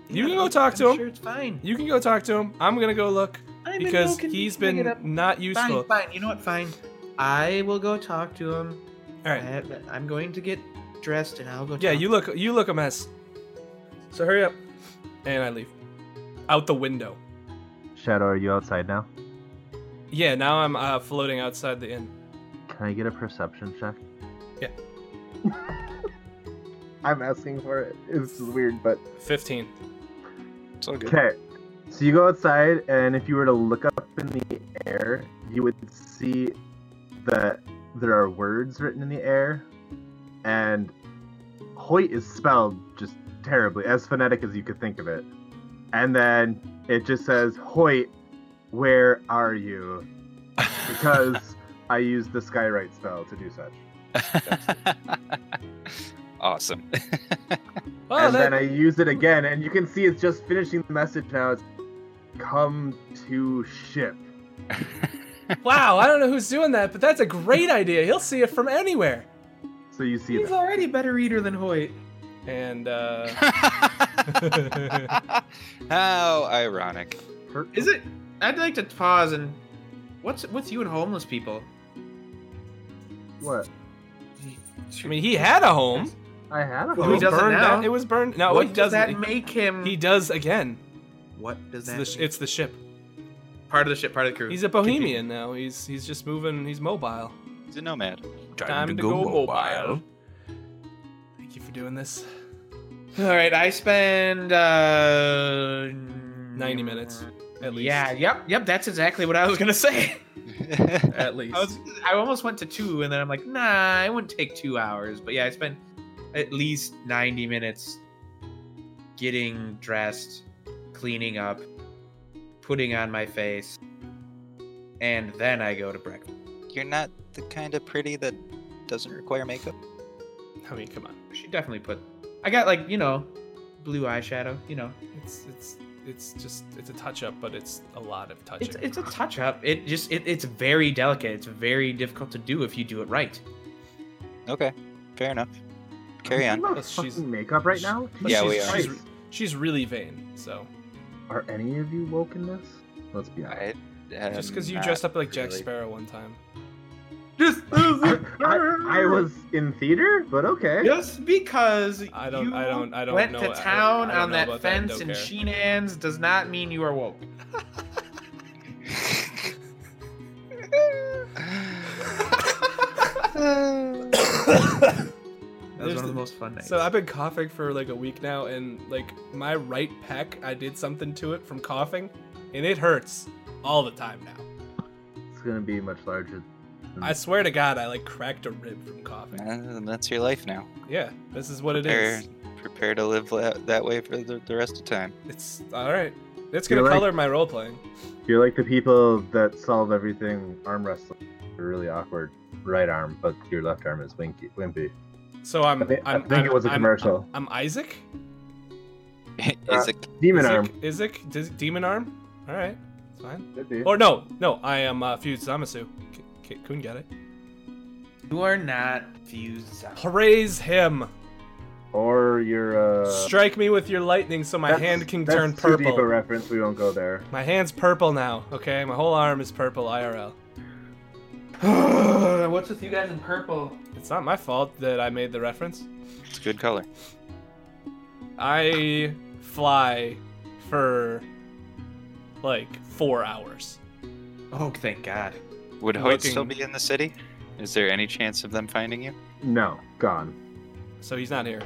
[SPEAKER 1] You can
[SPEAKER 4] Yeah,
[SPEAKER 1] go
[SPEAKER 4] I'm-
[SPEAKER 1] talk
[SPEAKER 4] I'm
[SPEAKER 1] to him.
[SPEAKER 4] Sure, it's fine.
[SPEAKER 1] You can go talk to him. I'm gonna go look
[SPEAKER 4] I'm in
[SPEAKER 1] because
[SPEAKER 4] no con-
[SPEAKER 1] he's
[SPEAKER 4] bring it
[SPEAKER 1] been
[SPEAKER 4] up.
[SPEAKER 1] not useful.
[SPEAKER 4] Fine, fine. You know what? Fine. I will go talk to him.
[SPEAKER 1] All right.
[SPEAKER 4] I, I'm going to get dressed and I'll go.
[SPEAKER 1] Yeah,
[SPEAKER 4] talk-
[SPEAKER 1] you look you look a mess. So hurry up, and I leave out the window.
[SPEAKER 3] Shadow, are you outside now?
[SPEAKER 1] Yeah, now I'm uh, floating outside the inn.
[SPEAKER 3] Can I get a perception check?
[SPEAKER 4] Yeah.
[SPEAKER 3] I'm asking for it. This is weird, but
[SPEAKER 1] 15.
[SPEAKER 2] It's all good.
[SPEAKER 3] okay. So you go outside, and if you were to look up in the air, you would see that there are words written in the air, and Hoyt is spelled just terribly, as phonetic as you could think of it. And then it just says, Hoyt, where are you? Because I used the Skywrite spell to do such.
[SPEAKER 2] awesome.
[SPEAKER 1] Oh,
[SPEAKER 3] and
[SPEAKER 1] that-
[SPEAKER 3] then I use it again, and you can see it's just finishing the message now. It's come to ship.
[SPEAKER 1] wow, I don't know who's doing that, but that's a great idea. He'll see it from anywhere.
[SPEAKER 3] So you see
[SPEAKER 4] He's
[SPEAKER 3] that.
[SPEAKER 4] already a better eater than Hoyt.
[SPEAKER 1] And uh,
[SPEAKER 2] How ironic.
[SPEAKER 4] Is it? I'd like to pause and what's what's you and homeless people?
[SPEAKER 3] What?
[SPEAKER 1] I mean, he had a home.
[SPEAKER 3] I had a
[SPEAKER 1] it
[SPEAKER 4] Well,
[SPEAKER 1] was
[SPEAKER 4] he
[SPEAKER 3] home.
[SPEAKER 4] doesn't
[SPEAKER 1] burned
[SPEAKER 4] now.
[SPEAKER 1] down- It was burned. No,
[SPEAKER 4] what
[SPEAKER 1] he
[SPEAKER 4] does
[SPEAKER 1] doesn't.
[SPEAKER 4] that make him?
[SPEAKER 1] He does again.
[SPEAKER 4] what does
[SPEAKER 1] It's
[SPEAKER 4] that?
[SPEAKER 1] the, sh-
[SPEAKER 4] make-
[SPEAKER 1] it's the ship.
[SPEAKER 4] part of the ship, part of the crew.
[SPEAKER 1] He's a bohemian now. He's he's just moving. He's mobile.
[SPEAKER 2] He's a nomad.
[SPEAKER 1] Time to go mobile. Thank you for doing this.
[SPEAKER 4] All right, I spend uh,
[SPEAKER 1] 90 minutes, At least.
[SPEAKER 4] Yeah, yep, yep. That's exactly what I was gonna say.
[SPEAKER 1] At least.
[SPEAKER 4] I was, I almost went to two, and then I'm like, nah, it wouldn't take two hours. But yeah, I spent at least 90 minutes getting dressed, cleaning up, putting on my face, and then I go to breakfast.
[SPEAKER 2] You're not the kind of pretty that doesn't require makeup.
[SPEAKER 1] I mean, come on.
[SPEAKER 4] She definitely put. I got like you know, blue eyeshadow. You know,
[SPEAKER 1] It's it's it's just it's a touch up, but it's a lot of touching.
[SPEAKER 4] it's it's a touch up. It just it, it's very delicate. It's very difficult to do if you do it right.
[SPEAKER 2] Okay, fair enough. Carry
[SPEAKER 3] Are
[SPEAKER 2] on.
[SPEAKER 3] you about
[SPEAKER 1] Plus she's-
[SPEAKER 3] fucking makeup right now?
[SPEAKER 1] Plus
[SPEAKER 2] Yeah,
[SPEAKER 1] she's,
[SPEAKER 2] we are.
[SPEAKER 1] She's,
[SPEAKER 3] Christ.
[SPEAKER 1] she's really vain. So
[SPEAKER 3] Are any of you woke in this? Let's be honest.
[SPEAKER 2] I, um,
[SPEAKER 1] just because you dressed up like Jack
[SPEAKER 2] really.
[SPEAKER 1] Sparrow one time,
[SPEAKER 4] Just
[SPEAKER 3] I, I was in theater, but okay.
[SPEAKER 4] Just because
[SPEAKER 1] I don't-
[SPEAKER 4] you
[SPEAKER 1] I don't- I don't
[SPEAKER 4] went
[SPEAKER 1] know- I
[SPEAKER 4] to
[SPEAKER 1] don't-
[SPEAKER 4] town
[SPEAKER 1] I don't
[SPEAKER 4] on
[SPEAKER 1] know
[SPEAKER 4] that
[SPEAKER 1] about that,
[SPEAKER 4] fence
[SPEAKER 1] don't
[SPEAKER 4] in
[SPEAKER 1] care.
[SPEAKER 4] Sheenan's does not mean you are woke. That
[SPEAKER 1] There's
[SPEAKER 4] was one of
[SPEAKER 1] the-
[SPEAKER 4] the most fun nights.
[SPEAKER 1] so I've been coughing for like a week now, and like my right pec, I did something to it from coughing, and it hurts all the time now.
[SPEAKER 3] It's gonna be much larger.
[SPEAKER 1] I swear to God, I like cracked a rib from coughing.
[SPEAKER 2] Uh, That's your life now.
[SPEAKER 1] Yeah, this is what it
[SPEAKER 2] Prepare,
[SPEAKER 1] is.
[SPEAKER 2] prepare to live la- that way for the, the rest of time.
[SPEAKER 1] It's all right. It's gonna
[SPEAKER 3] You're like-
[SPEAKER 1] color my role playing.
[SPEAKER 3] You're like the people that solve everything arm wrestling. You're really awkward. Right arm, but your left arm is winky, wimpy.
[SPEAKER 1] So I'm.
[SPEAKER 3] I thi- I
[SPEAKER 1] am
[SPEAKER 3] think it was a commercial.
[SPEAKER 1] I'm, Isaac.
[SPEAKER 2] Is it
[SPEAKER 3] Demon
[SPEAKER 1] Isaac,
[SPEAKER 3] arm.
[SPEAKER 1] Isaac. Dis- Demon arm. All right. It's fine.
[SPEAKER 3] Could be.
[SPEAKER 1] Or no, no. I am uh, Fused Zamasu. K- K- couldn't get it.
[SPEAKER 4] you are not fused out.
[SPEAKER 1] Praise him.
[SPEAKER 3] Or your uh
[SPEAKER 1] Strike me with your lightning so my
[SPEAKER 3] that's-
[SPEAKER 1] hand can
[SPEAKER 3] that's
[SPEAKER 1] turn
[SPEAKER 3] too deep a
[SPEAKER 1] purple.
[SPEAKER 3] reference, we won't go there.
[SPEAKER 1] My hand's purple now. Okay, my whole arm is purple. IRL.
[SPEAKER 4] What's with you guys in purple?
[SPEAKER 1] It's not my fault that I made the reference.
[SPEAKER 2] it's a good color?
[SPEAKER 1] I fly for like four hours.
[SPEAKER 4] Oh, thank God.
[SPEAKER 2] Would Hoyt
[SPEAKER 1] Looking-
[SPEAKER 2] still be in the city? Is there any chance of them finding you?
[SPEAKER 3] No, gone.
[SPEAKER 1] So he's not here.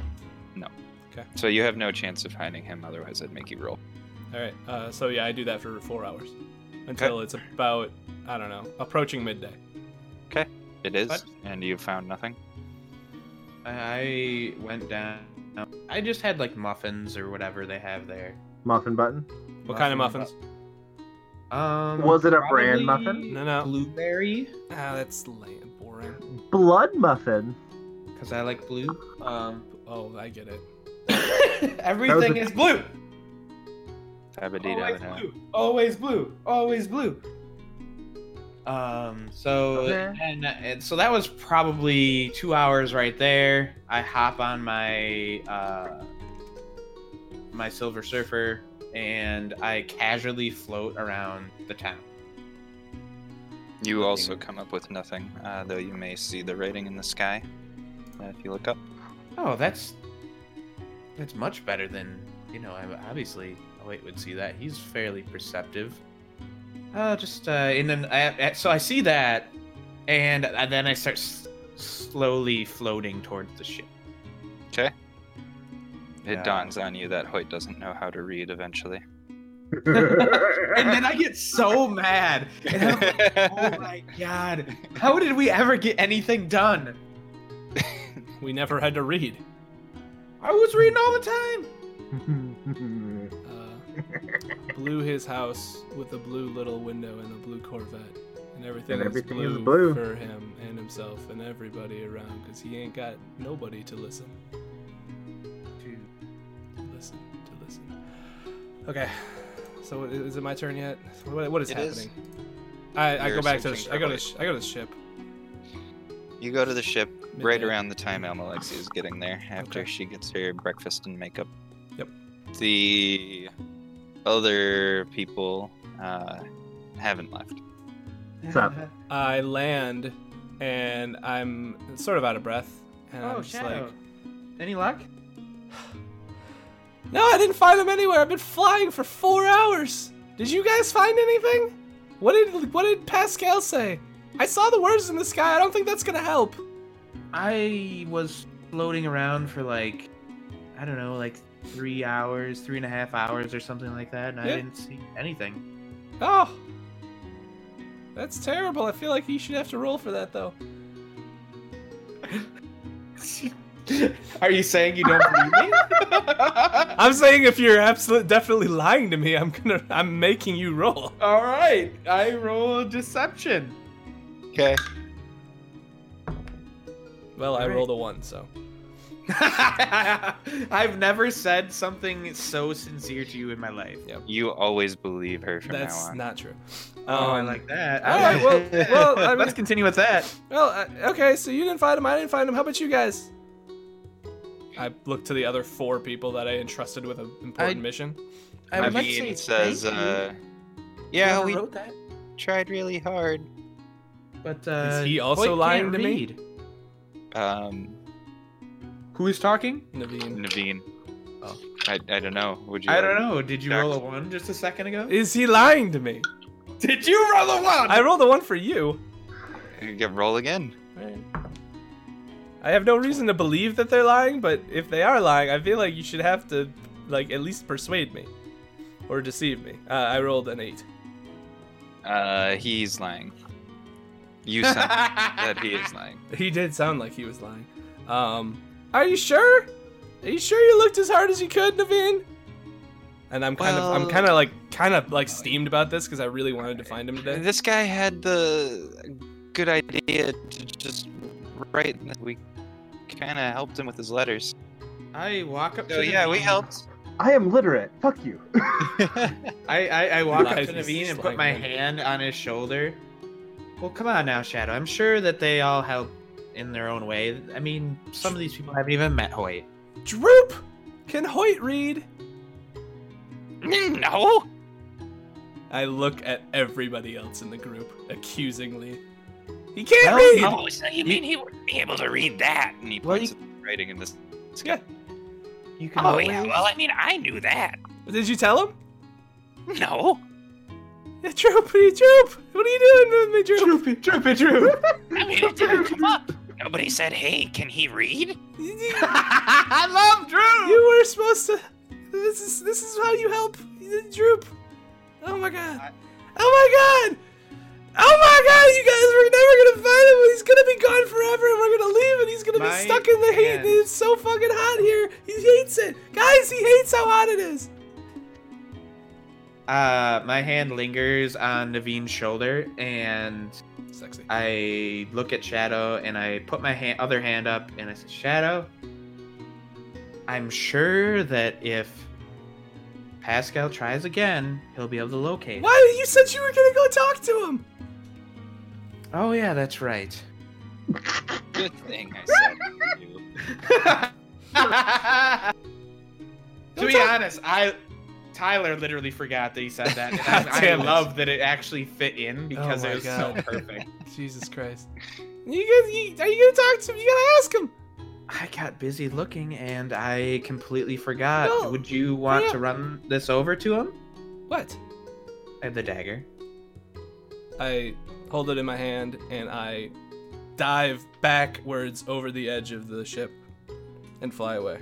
[SPEAKER 2] So you have no chance of finding him, otherwise I'd make you roll.
[SPEAKER 1] All right. Uh, so yeah, I do that for four hours until it's about I don't know, approaching midday.
[SPEAKER 2] It is,
[SPEAKER 4] What?
[SPEAKER 2] and you found nothing.
[SPEAKER 4] I went down. I just had like muffins or whatever they have there.
[SPEAKER 3] Muffin button?
[SPEAKER 1] What kind of
[SPEAKER 4] Muffin
[SPEAKER 1] muffins?
[SPEAKER 4] Um,
[SPEAKER 3] Was it a brand
[SPEAKER 4] probably
[SPEAKER 3] muffin?
[SPEAKER 1] No, no.
[SPEAKER 4] Blueberry,
[SPEAKER 1] Ah, that's lame, boring.
[SPEAKER 3] Blood muffin.
[SPEAKER 4] because I like blue. Um,
[SPEAKER 1] Oh, I get it.
[SPEAKER 4] everything
[SPEAKER 3] a-
[SPEAKER 4] is blue.
[SPEAKER 2] Abadida, no.
[SPEAKER 4] Always blue. Always blue. Um. So
[SPEAKER 3] Okay.
[SPEAKER 4] and, and so that was probably two hours right there. I hop on my uh, my Silver Surfer and I casually float around the town.
[SPEAKER 2] You also come up with nothing, uh, though you may see the writing in the sky uh, if you look up.
[SPEAKER 4] Oh, that's that's much better than you know. I obviously Hoyt would see that. He's fairly perceptive. Uh, just uh, and then I, I- so I see that, and, and then I start s- slowly floating towards the ship.
[SPEAKER 2] It
[SPEAKER 4] Yeah.
[SPEAKER 2] dawns on you that Hoyt doesn't know how to read eventually.
[SPEAKER 4] And then I get so mad. And I'm like, oh my god, how did we ever get anything done?
[SPEAKER 1] We never had to read.
[SPEAKER 4] I was reading all the time.
[SPEAKER 1] Uh, blew his house with a blue little window and a blue Corvette. And everything,
[SPEAKER 3] And
[SPEAKER 1] is,
[SPEAKER 3] everything
[SPEAKER 1] blue
[SPEAKER 3] is blue.
[SPEAKER 1] for him and himself and everybody around because he ain't got nobody to listen. To listen, to listen. Okay, so i- is it my turn yet? What, what is
[SPEAKER 2] It is.
[SPEAKER 1] happening? I, I
[SPEAKER 2] You're
[SPEAKER 1] go back to the, sh-
[SPEAKER 2] searching
[SPEAKER 1] I
[SPEAKER 2] for
[SPEAKER 1] go to
[SPEAKER 2] Hoyt.
[SPEAKER 1] sh- I go to the ship.
[SPEAKER 2] you go to the ship right
[SPEAKER 1] Midnight.
[SPEAKER 2] around the time Almalexi is getting there after
[SPEAKER 1] Okay.
[SPEAKER 2] she gets her breakfast and makeup.
[SPEAKER 1] Yep.
[SPEAKER 2] The other people uh, haven't left.
[SPEAKER 3] What's up?
[SPEAKER 1] I land and I'm sort of out of breath. And
[SPEAKER 4] Oh,
[SPEAKER 1] I'm just
[SPEAKER 4] Shadow.
[SPEAKER 1] like,
[SPEAKER 4] Any luck?
[SPEAKER 1] No, I didn't find them anywhere. I've been flying for four hours. Did you guys find anything? What did what did Pascal say? I saw the words in the sky. I don't think that's gonna help.
[SPEAKER 4] I was floating around for like, I don't know, like three hours, three and a half hours, or something like that, and I
[SPEAKER 1] Yeah.
[SPEAKER 4] didn't see anything.
[SPEAKER 1] Oh, that's terrible. I feel like he should have to roll for that though.
[SPEAKER 4] Are you saying you don't believe me?
[SPEAKER 1] I'm saying if you're absolutely definitely lying to me, I'm gonna I'm making you roll.
[SPEAKER 4] All right, I roll deception.
[SPEAKER 2] Okay.
[SPEAKER 1] Well, I
[SPEAKER 4] Alright.
[SPEAKER 1] rolled a one, so
[SPEAKER 4] I've never said something so sincere to you in my life.
[SPEAKER 2] You always believe her from now
[SPEAKER 1] that's
[SPEAKER 2] on.
[SPEAKER 1] not true.
[SPEAKER 4] uh, oh, I
[SPEAKER 1] Um,
[SPEAKER 4] like that.
[SPEAKER 1] all right, well- well, I mean-
[SPEAKER 4] let's continue with that.
[SPEAKER 1] Well, uh, okay, so you didn't find him, I didn't find him. How about you guys? I look to the other four people that I entrusted with an important
[SPEAKER 4] I-
[SPEAKER 1] mission.
[SPEAKER 2] I mean, it says, uh, yeah, we
[SPEAKER 4] wrote that.
[SPEAKER 2] tried really hard.
[SPEAKER 4] But uh,
[SPEAKER 1] he also
[SPEAKER 4] Hoyt
[SPEAKER 1] lying
[SPEAKER 4] can't
[SPEAKER 1] to me?
[SPEAKER 4] read.
[SPEAKER 2] Um,
[SPEAKER 4] Who is talking?
[SPEAKER 1] Naveen.
[SPEAKER 2] Naveen.
[SPEAKER 4] Oh.
[SPEAKER 2] I, I don't know. Would you?
[SPEAKER 4] I
[SPEAKER 2] like-
[SPEAKER 4] don't know. Did you
[SPEAKER 2] Jack.
[SPEAKER 4] roll a one just a second ago?
[SPEAKER 1] Is he lying to me?
[SPEAKER 4] Did you roll a one?
[SPEAKER 1] I rolled a one for you.
[SPEAKER 2] You get roll again.
[SPEAKER 1] I have no reason to believe that they're lying, but if they are lying, I feel like you should have to, like, at least persuade me or deceive me. Uh, I rolled an eight.
[SPEAKER 2] Uh, he's lying. You sense that he is lying.
[SPEAKER 1] He did sound like he was lying. Um, are you sure? Are you sure you looked as hard as you could, Naveen? And I'm kind of, I'm
[SPEAKER 2] Well-
[SPEAKER 1] kind of like, kind of like steamed about this because I really wanted to find him today.
[SPEAKER 2] This guy had the good idea to just write. and We kind of helped him with his letters.
[SPEAKER 4] I walk up.
[SPEAKER 2] So
[SPEAKER 4] to
[SPEAKER 2] yeah, we
[SPEAKER 4] Naveen.
[SPEAKER 2] helped.
[SPEAKER 3] I am literate. Fuck you.
[SPEAKER 4] I, I, I walk up
[SPEAKER 1] Lies
[SPEAKER 4] to
[SPEAKER 1] is
[SPEAKER 4] Naveen and
[SPEAKER 1] slang
[SPEAKER 4] put my
[SPEAKER 1] word.
[SPEAKER 4] hand on his shoulder. Well, come on now, Shadow. I'm sure that they all help in their own way. I mean, some of these people haven't even met Hoyt.
[SPEAKER 1] Droop, can Hoyt read?
[SPEAKER 2] no.
[SPEAKER 1] I look at everybody else in the group accusingly. He can't
[SPEAKER 4] Well,
[SPEAKER 1] read.
[SPEAKER 4] no.
[SPEAKER 2] Oh, so you mean he wouldn't be able to read that? And he
[SPEAKER 4] Well,
[SPEAKER 2] points at the writing in this. this
[SPEAKER 1] Yeah.
[SPEAKER 2] guy. Oh,
[SPEAKER 4] You can always...
[SPEAKER 2] I mean, I knew that.
[SPEAKER 1] Did you tell him?
[SPEAKER 2] No.
[SPEAKER 1] Droop, droop. What are you doing with me, droop?
[SPEAKER 4] Droopy, droopy, droop.
[SPEAKER 2] I mean, it didn't come up. Nobody said, "Hey, can he read?"
[SPEAKER 1] You-
[SPEAKER 4] I love Drew.
[SPEAKER 1] You were supposed to. This is this is how you help Droop. Oh my god. Oh my god. Oh my god. You guys were never gonna find him. He's gonna be gone forever, and we're gonna leave, and he's gonna
[SPEAKER 4] My
[SPEAKER 1] be stuck in the heat.
[SPEAKER 4] hand.
[SPEAKER 1] And it's so fucking hot here. He hates it, guys. He hates how hot it is.
[SPEAKER 4] Uh, my hand lingers on Naveen's shoulder, and
[SPEAKER 1] Sexy.
[SPEAKER 4] I look at Shadow, and I put my hand, other hand up, and I say, Shadow, I'm sure that if Pascal tries again, he'll be able to locate. us."
[SPEAKER 1] Why? You said you were gonna go talk to him.
[SPEAKER 4] Oh yeah, that's right.
[SPEAKER 2] Good thing I said. you.
[SPEAKER 4] to be honest, I Tyler literally forgot that he said that. and I, I
[SPEAKER 1] Damn it.
[SPEAKER 4] love that it actually fit in because
[SPEAKER 1] my
[SPEAKER 4] it was so
[SPEAKER 1] God.
[SPEAKER 4] perfect.
[SPEAKER 1] Jesus Christ. You guys, you, are you gonna talk to him? You gotta ask him.
[SPEAKER 4] I got busy looking and I completely forgot.
[SPEAKER 1] No.
[SPEAKER 4] Would you want
[SPEAKER 1] Yeah.
[SPEAKER 4] to run this over to him?
[SPEAKER 1] What?
[SPEAKER 4] I have the dagger.
[SPEAKER 1] I hold it in my hand and I dive backwards over the edge of the ship and fly away.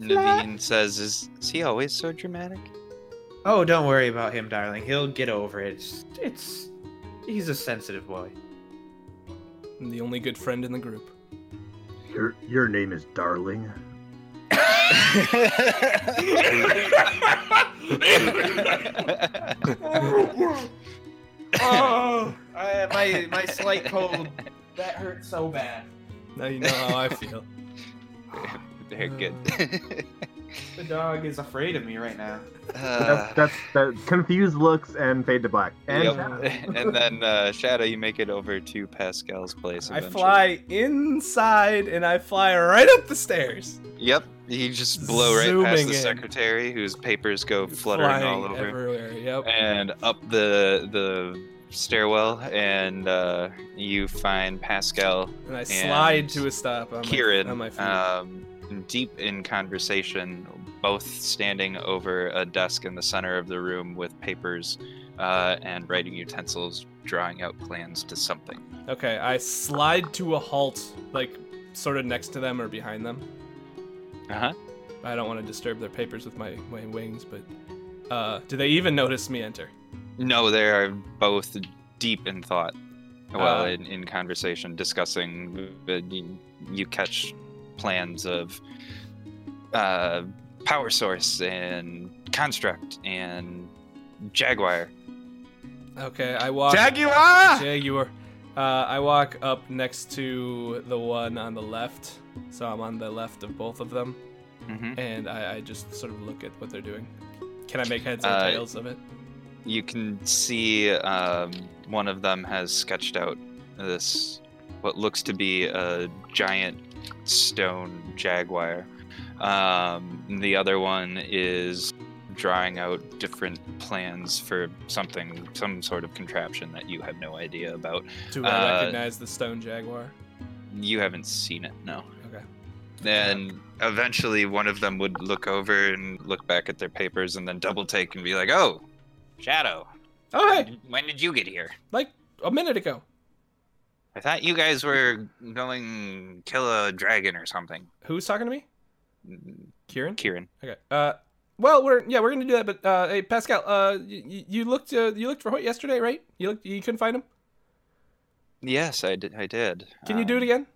[SPEAKER 2] Naveen says, is, is he always so dramatic?
[SPEAKER 4] Oh, don't worry about him, darling. He'll get over it. It's, it's he's a sensitive boy.
[SPEAKER 1] I'm the only good friend in the group.
[SPEAKER 3] Your your name is Darling.
[SPEAKER 4] oh, I, my my slight cold that hurt so bad.
[SPEAKER 1] Now you know how I feel.
[SPEAKER 2] They're good.
[SPEAKER 1] Mm.
[SPEAKER 4] The dog is afraid of me right now.
[SPEAKER 2] Uh,
[SPEAKER 3] That's that's that confused looks and fade to black. And
[SPEAKER 2] yep. and then uh, Shadow, you make it over to Pascal's place.
[SPEAKER 1] I
[SPEAKER 2] Eventually.
[SPEAKER 1] fly inside and I fly right up the stairs.
[SPEAKER 2] Yep, you just blow right past
[SPEAKER 1] Zooming
[SPEAKER 2] the
[SPEAKER 1] in.
[SPEAKER 2] secretary, whose papers go fluttering all
[SPEAKER 1] Flying
[SPEAKER 2] over,
[SPEAKER 1] everywhere. Yep.
[SPEAKER 2] and up the the stairwell, and uh, you find Pascal
[SPEAKER 1] And I slide to a stop on my,
[SPEAKER 2] Kieran,
[SPEAKER 1] on my feet.
[SPEAKER 2] um, deep in conversation, both standing over a desk in the center of the room with papers uh, and writing utensils, drawing out plans to something.
[SPEAKER 1] okay, I slide to a halt, like sort of next to them or behind them.
[SPEAKER 2] Uh huh.
[SPEAKER 1] I don't want to disturb their papers with my, my wings, but uh, do they even notice me enter?
[SPEAKER 2] No, they are both deep in thought, well,
[SPEAKER 1] Uh,
[SPEAKER 2] in, in conversation, discussing. But you, you catch plans of uh, power source and construct and jaguar.
[SPEAKER 1] Okay, I walk.
[SPEAKER 2] Ah!
[SPEAKER 4] Jaguar.
[SPEAKER 1] Jaguar. Uh, I walk up next to the one on the left, so I'm on the left of both of them,
[SPEAKER 2] hmm
[SPEAKER 1] and I, I just sort of look at what they're doing. Can I make heads or
[SPEAKER 2] Uh,
[SPEAKER 1] tails of it?
[SPEAKER 2] You can see um, one of them has sketched out this what looks to be a giant stone jaguar. Um, the other one is drawing out different plans for something, some sort of contraption that you have no idea about.
[SPEAKER 1] Do I
[SPEAKER 2] uh,
[SPEAKER 1] recognize the stone jaguar?
[SPEAKER 2] You haven't seen it, no.
[SPEAKER 1] Okay.
[SPEAKER 2] And eventually, one of them would look over and look back at their papers, and then double take and be like, "Oh, Shadow,
[SPEAKER 1] Oh hey,
[SPEAKER 2] when did you get here?"
[SPEAKER 1] like a minute ago.
[SPEAKER 2] I thought you guys were going kill a dragon or something.
[SPEAKER 1] Who's talking to me? Kieran.
[SPEAKER 2] Kieran.
[SPEAKER 1] Okay. Uh, well, we're yeah, we're gonna do that. But uh, hey, Pascal, uh, y- y- you looked uh, you looked for Hoyt yesterday, right? You looked, you couldn't find him.
[SPEAKER 2] Yes, I did. I did. Um,
[SPEAKER 1] Can you do it again?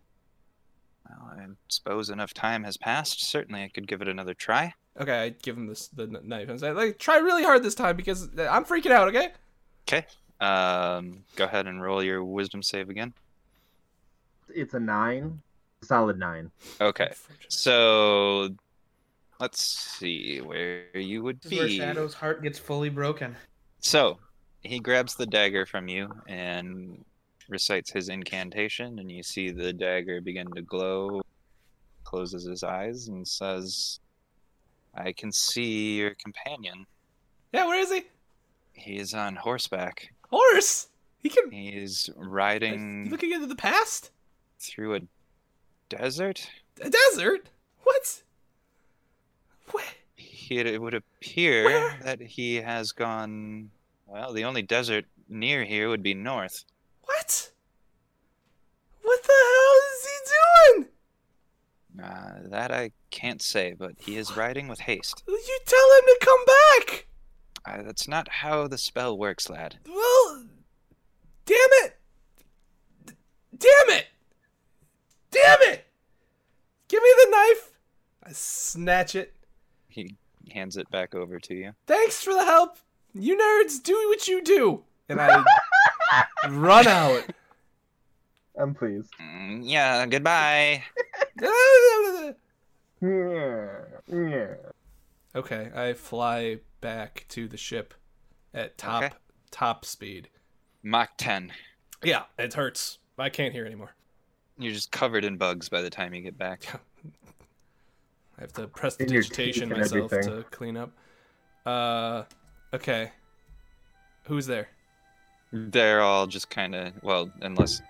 [SPEAKER 2] Well, I suppose enough time has passed. Certainly, I could give it another try.
[SPEAKER 1] Okay, I give him this the kn- knife. I was like, like, try really hard this time because uh, I'm freaking out. Okay.
[SPEAKER 2] Um, go ahead and roll your wisdom save again.
[SPEAKER 3] it's a nine, solid nine.
[SPEAKER 2] Okay. So, let's see where you would
[SPEAKER 4] This is where
[SPEAKER 2] be.
[SPEAKER 4] Shadow's heart gets fully broken.
[SPEAKER 2] So, he grabs the dagger from you and recites his incantation, and you see the dagger begin to glow, closes his eyes, and says, I can see your companion.
[SPEAKER 1] Yeah, where is he?
[SPEAKER 2] He is on horseback.
[SPEAKER 1] Horse. He can.
[SPEAKER 2] He's
[SPEAKER 1] He's
[SPEAKER 2] riding
[SPEAKER 1] looking into the past.
[SPEAKER 2] through a desert.
[SPEAKER 1] A desert. What? What?
[SPEAKER 2] He, it would appear
[SPEAKER 1] Where?
[SPEAKER 2] that he has gone. Well, the only desert near here would be north.
[SPEAKER 1] What? What the hell is he doing?
[SPEAKER 2] Uh, that I can't say, but he is riding with haste.
[SPEAKER 1] You tell him to come back.
[SPEAKER 2] Uh, that's not how the spell works, lad.
[SPEAKER 1] Well, damn it! D- Damn it! Damn it! Give me the knife. I snatch it.
[SPEAKER 2] He hands it back over to you.
[SPEAKER 1] Thanks for the help. You nerds, do what you do. And I run out.
[SPEAKER 3] I'm pleased.
[SPEAKER 2] Mm, yeah, goodbye.
[SPEAKER 3] Yeah, yeah.
[SPEAKER 1] okay, I fly back to the ship at top
[SPEAKER 2] Okay.
[SPEAKER 1] top speed.
[SPEAKER 2] Mach 10.
[SPEAKER 1] Yeah, it hurts. I can't hear anymore.
[SPEAKER 2] You're just covered in bugs by the time you get back.
[SPEAKER 1] I have to press the
[SPEAKER 3] In your teeth
[SPEAKER 1] digitation
[SPEAKER 3] and
[SPEAKER 1] myself to
[SPEAKER 3] everything.
[SPEAKER 1] clean up. Uh, okay. Who's there?
[SPEAKER 2] They're all just kind of, well, unless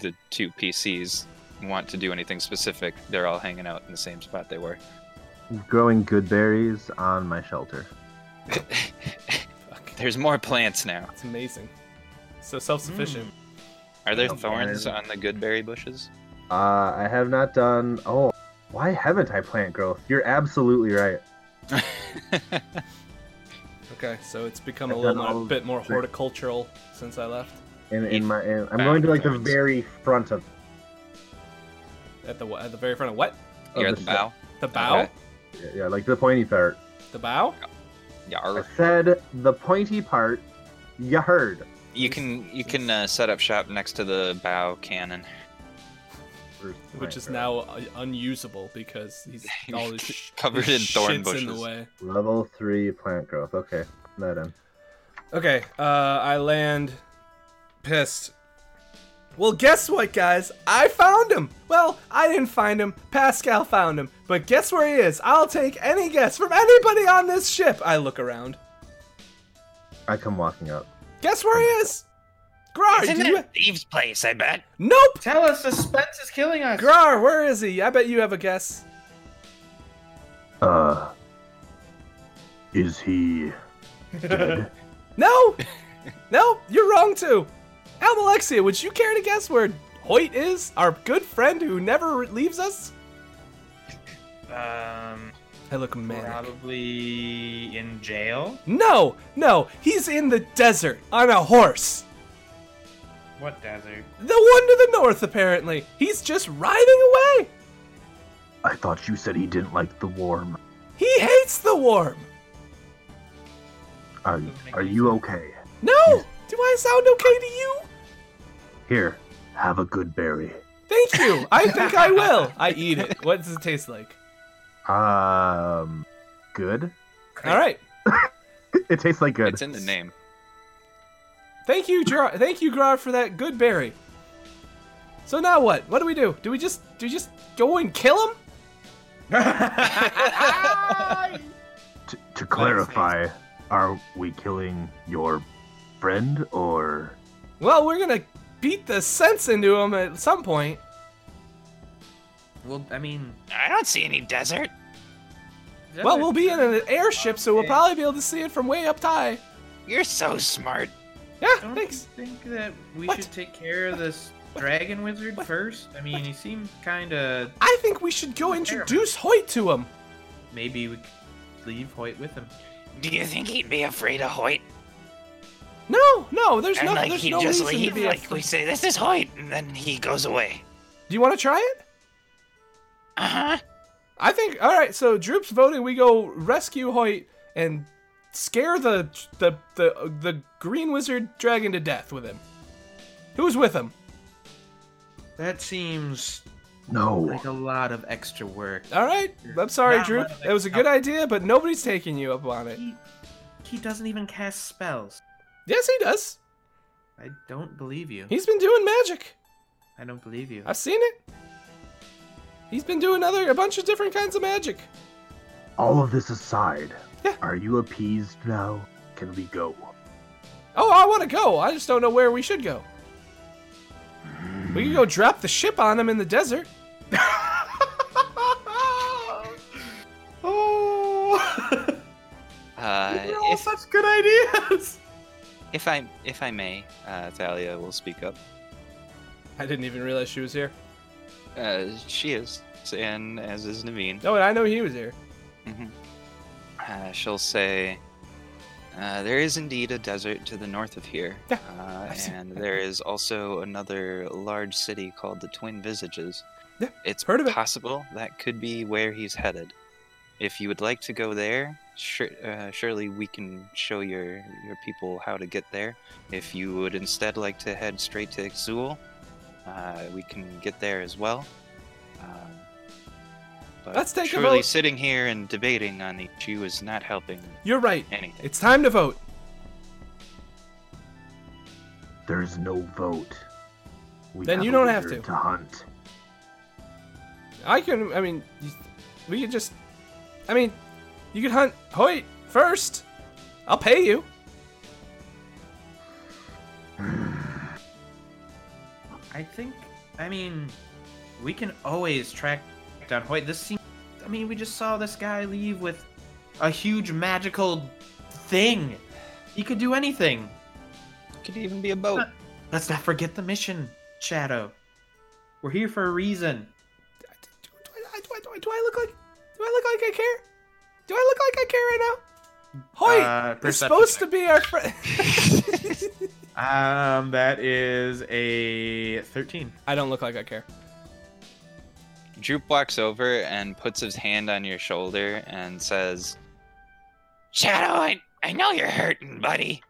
[SPEAKER 2] the two PCs want to do anything specific, they're all hanging out in the same spot they were.
[SPEAKER 3] Growing good berries on my shelter.
[SPEAKER 1] Fuck,
[SPEAKER 2] There's more plants now.
[SPEAKER 1] it's amazing. So self sufficient.
[SPEAKER 2] Are there
[SPEAKER 3] Okay.
[SPEAKER 2] thorns on the goodberry bushes?
[SPEAKER 3] Uh, I have not done. Oh, why haven't I plant growth? You're absolutely right.
[SPEAKER 1] Okay, so it's become a
[SPEAKER 3] Hmm. I've
[SPEAKER 1] little
[SPEAKER 3] done all
[SPEAKER 1] more,
[SPEAKER 3] of
[SPEAKER 1] bit more
[SPEAKER 3] three.
[SPEAKER 1] horticultural since I left.
[SPEAKER 3] In, in
[SPEAKER 2] Eight
[SPEAKER 3] my, in, I'm going to like the
[SPEAKER 2] pounds.
[SPEAKER 3] very front of,
[SPEAKER 1] At the at the very front of what?
[SPEAKER 3] of
[SPEAKER 2] You're
[SPEAKER 3] the
[SPEAKER 2] at the bow.
[SPEAKER 1] The bow?
[SPEAKER 2] Okay.
[SPEAKER 3] ship. Yeah, like the pointy part.
[SPEAKER 1] The bow?
[SPEAKER 3] I
[SPEAKER 2] Yar.
[SPEAKER 3] said the pointy part. You heard.
[SPEAKER 2] You can you can uh, set up shop next to the bow cannon.
[SPEAKER 3] Where's
[SPEAKER 1] Which is
[SPEAKER 3] plant
[SPEAKER 1] now uh, unusable because he's all his sh-
[SPEAKER 2] Covered
[SPEAKER 1] his
[SPEAKER 2] in thorn
[SPEAKER 1] shit's in the
[SPEAKER 2] bushes.
[SPEAKER 1] way.
[SPEAKER 3] growth? Level three plant growth. Okay, that in.
[SPEAKER 1] Okay, uh, I land pissed. Well, guess what, guys? I found him. Well, I didn't find him. Pascal found him. But guess where he is? I'll take any guess from anybody on this ship. I look around.
[SPEAKER 3] I come walking up.
[SPEAKER 1] Guess where he is? Grar, do you?
[SPEAKER 2] Eve's place? I bet.
[SPEAKER 1] Nope.
[SPEAKER 4] Tell us, suspense is killing us.
[SPEAKER 1] Grar, where is he? I bet you have a guess.
[SPEAKER 3] Uh, is he dead?
[SPEAKER 1] No. no, you're wrong too. Almalexia, would you care to guess where Hoyt is? Our good friend who never leaves us.
[SPEAKER 4] um,
[SPEAKER 1] I look manic.
[SPEAKER 4] probably in jail.
[SPEAKER 1] No, no, he's in the desert on a horse.
[SPEAKER 4] What desert?
[SPEAKER 1] The one to the north, apparently. He's just riding away.
[SPEAKER 3] I thought you said he didn't like the warm.
[SPEAKER 1] He hates the warm.
[SPEAKER 3] Are,
[SPEAKER 4] Doesn't
[SPEAKER 3] are
[SPEAKER 4] make
[SPEAKER 3] you okay?
[SPEAKER 1] No, do I sound okay to you?
[SPEAKER 3] Here, have a good berry.
[SPEAKER 1] Thank you. I think I will. I eat it. What does it taste like?
[SPEAKER 3] Um, good.
[SPEAKER 1] All right.
[SPEAKER 3] It tastes like good.
[SPEAKER 2] It's in the name.
[SPEAKER 1] Thank you, Jar- thank you, Grar, for that good berry. So now what? What do we do? Do we just do we just go and kill him?
[SPEAKER 3] T- to clarify, are we killing your friend or?
[SPEAKER 1] Well, we're gonna beat the sense into him at some point.
[SPEAKER 4] well, I mean,
[SPEAKER 2] I don't see any desert.
[SPEAKER 1] Well, we'll be in an airship, so we'll probably be able to see it from way up high.
[SPEAKER 2] You're so smart.
[SPEAKER 1] Yeah,
[SPEAKER 4] Don't
[SPEAKER 1] thanks.
[SPEAKER 4] you think that we
[SPEAKER 1] What?
[SPEAKER 4] should take care of this dragon wizard first? I mean, he seemed kind of.
[SPEAKER 1] I think we should go introduce Hoyt to him.
[SPEAKER 4] Maybe we could leave Hoyt with him.
[SPEAKER 2] Do you think he'd be afraid of Hoyt?
[SPEAKER 1] No, no, there's no, there's no reason to be. afraid.
[SPEAKER 2] say, this is Hoyt, and then he goes away.
[SPEAKER 1] Do you want to try it?
[SPEAKER 2] Uh huh.
[SPEAKER 1] I think. All right, so Droop's voting. We go rescue Hoyt and scare the the the the green wizard dragon to death with him. Who's with him?
[SPEAKER 4] That seems
[SPEAKER 3] No.
[SPEAKER 4] like a lot of extra work.
[SPEAKER 1] All right. I'm sorry,
[SPEAKER 4] Not
[SPEAKER 1] Droop.
[SPEAKER 4] one of the-
[SPEAKER 1] It was a good idea, but nobody's taking you up on it.
[SPEAKER 4] He, he doesn't even cast spells.
[SPEAKER 1] Yes, he does.
[SPEAKER 4] I don't believe you.
[SPEAKER 1] He's been doing magic.
[SPEAKER 4] I don't believe you.
[SPEAKER 1] I've seen it. He's been doing other a bunch of different kinds of magic.
[SPEAKER 3] All of this aside,
[SPEAKER 1] Yeah.
[SPEAKER 3] are you appeased now? Can we go?
[SPEAKER 1] Oh, I want to go. I just don't know where we should go. We could go drop the ship on him in the desert.
[SPEAKER 4] oh!
[SPEAKER 2] Uh, if,
[SPEAKER 4] such good ideas!
[SPEAKER 2] if I if I may, uh, Thalia will speak up.
[SPEAKER 1] I didn't even realize she was here.
[SPEAKER 2] Uh, she is, and as is Naveen.
[SPEAKER 1] Oh, and I know he was here.
[SPEAKER 2] Mhm. Uh, she'll say, uh, There is indeed a desert to the north of here.
[SPEAKER 1] Yeah,
[SPEAKER 2] uh,
[SPEAKER 1] I've seen-
[SPEAKER 2] and there is also another large city called the Twin Visages.
[SPEAKER 1] Yeah,
[SPEAKER 2] it's
[SPEAKER 1] heard of it.
[SPEAKER 2] possible that could be where he's headed. If you would like to go there, sure, uh, surely we can show your, your people how to get there. If you would instead like to head straight to Exul, uh, we can get there as well. Um, but
[SPEAKER 1] Let's take a
[SPEAKER 2] truly
[SPEAKER 1] vote.
[SPEAKER 2] sitting here and debating on the issue is not helping
[SPEAKER 1] You're right.
[SPEAKER 2] anything.
[SPEAKER 1] It's time to vote.
[SPEAKER 3] There's no vote. We
[SPEAKER 1] Then
[SPEAKER 3] a
[SPEAKER 1] you don't have
[SPEAKER 3] wizard
[SPEAKER 1] to.
[SPEAKER 3] To hunt.
[SPEAKER 1] I can. I mean, you- we could just. I mean, you could hunt Hoyt first. I'll pay you.
[SPEAKER 4] I think, I mean, we can always track down Hoyt. This seems, I mean, we just saw this guy leave with a huge magical thing. He could do anything.
[SPEAKER 2] Could even be a boat.
[SPEAKER 4] Let's not forget the mission, Shadow. We're here for a reason.
[SPEAKER 1] Do I, do, I, do, I, do I look like do I look like I care? Do I look like I care right now? Hoyt,
[SPEAKER 4] Uh,
[SPEAKER 1] it's
[SPEAKER 4] perception
[SPEAKER 1] supposed to
[SPEAKER 4] check.
[SPEAKER 1] be our friend.
[SPEAKER 4] Um, that is a thirteen.
[SPEAKER 1] I don't look like I care.
[SPEAKER 2] Droop walks over and puts his hand on your shoulder and says, Shadow, I, I know you're hurting, buddy.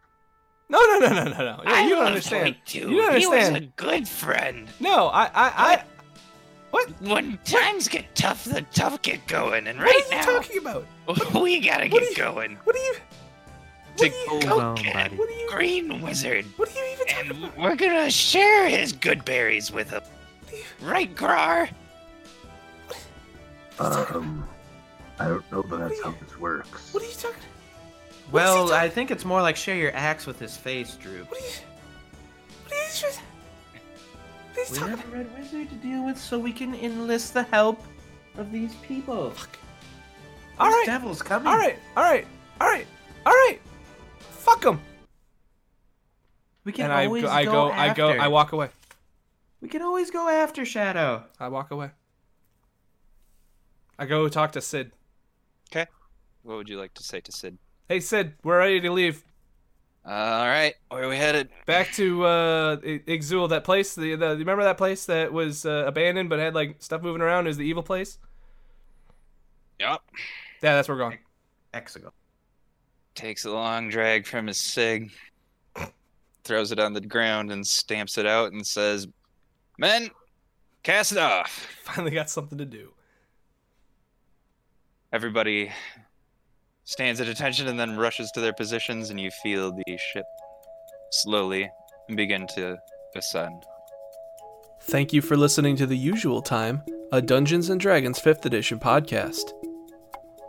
[SPEAKER 1] No, no, no, no, no, no.
[SPEAKER 2] I
[SPEAKER 1] You don't
[SPEAKER 2] love
[SPEAKER 1] understand.
[SPEAKER 2] Hoyt, too.
[SPEAKER 1] You don't
[SPEAKER 2] He was a
[SPEAKER 1] understand.
[SPEAKER 2] good friend.
[SPEAKER 1] No, I, I, I.
[SPEAKER 2] When times get tough, the tough get going, and
[SPEAKER 1] What
[SPEAKER 2] right
[SPEAKER 1] are you
[SPEAKER 2] now
[SPEAKER 1] talking about?
[SPEAKER 2] we gotta
[SPEAKER 1] what
[SPEAKER 2] get
[SPEAKER 1] are
[SPEAKER 2] going.
[SPEAKER 1] What are you? What
[SPEAKER 2] To
[SPEAKER 1] are
[SPEAKER 2] go
[SPEAKER 1] you?
[SPEAKER 4] Hold on,
[SPEAKER 2] get
[SPEAKER 4] buddy.
[SPEAKER 1] What are you?
[SPEAKER 2] Green Wizard,
[SPEAKER 1] What are you even talking
[SPEAKER 2] and
[SPEAKER 1] about?
[SPEAKER 2] we're gonna share his good berries with him. Right, Grar?
[SPEAKER 3] Um, I don't know, but that's how this works.
[SPEAKER 1] What are you talking? What is he
[SPEAKER 4] Well,
[SPEAKER 1] talking-
[SPEAKER 4] I think it's more like share your axe with his face, Drew.
[SPEAKER 1] What are you? What are you? just- What are you
[SPEAKER 4] We
[SPEAKER 1] talking
[SPEAKER 4] have
[SPEAKER 1] about?
[SPEAKER 4] a red wizard to deal with, so we can enlist the help of these people.
[SPEAKER 1] All
[SPEAKER 4] These
[SPEAKER 1] right.
[SPEAKER 4] devils coming.
[SPEAKER 1] All right, all right, all right, all right. Fuck him.
[SPEAKER 4] we can
[SPEAKER 1] And I,
[SPEAKER 4] always
[SPEAKER 1] go, I
[SPEAKER 4] go,
[SPEAKER 1] go,
[SPEAKER 4] after.
[SPEAKER 1] I go, I walk away.
[SPEAKER 4] We can always go after Shadow.
[SPEAKER 1] I walk away. I go talk to Sid.
[SPEAKER 2] What would you like to say to Sid? Uh,
[SPEAKER 1] Hey Sid, we're ready to leave.
[SPEAKER 2] all right, where are we headed?
[SPEAKER 1] Back to uh, I- Ixul, that place. The, the remember that place that was uh, abandoned but had like stuff moving around. It was the evil place.
[SPEAKER 2] Yup.
[SPEAKER 1] Yeah, that's where we're going.
[SPEAKER 4] Exegol.
[SPEAKER 2] Takes a long drag from his cig, throws it on the ground, and stamps it out and says, Men, cast it off.
[SPEAKER 1] Finally got something to do.
[SPEAKER 2] Everybody stands at attention and then rushes to their positions, and you feel the ship slowly begin to ascend.
[SPEAKER 1] Thank you for listening to the usual time, a Dungeons and Dragons 5th edition podcast.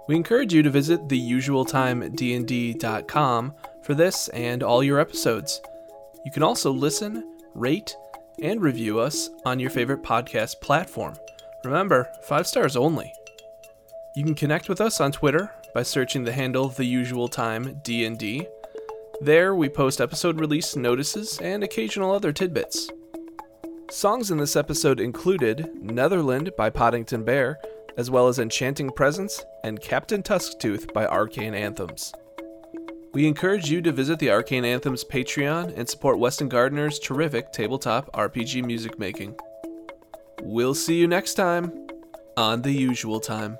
[SPEAKER 1] We encourage you to visit theusualtimednd.com for this and all your episodes. You can also listen, rate, and review us on your favorite podcast platform. Remember, 5 stars only. You can connect with us on Twitter by searching the handle theusualtimednd. There we post episode release notices and occasional other tidbits. Songs in this episode included Netherland by Poddington Bear, as well as Enchanting Presence and Captain Tusktooth by Arcane Anthems. We encourage you to visit the Arcane Anthems Patreon and support Weston Gardner's terrific tabletop RPG music making. We'll see you next time on The Usual Time.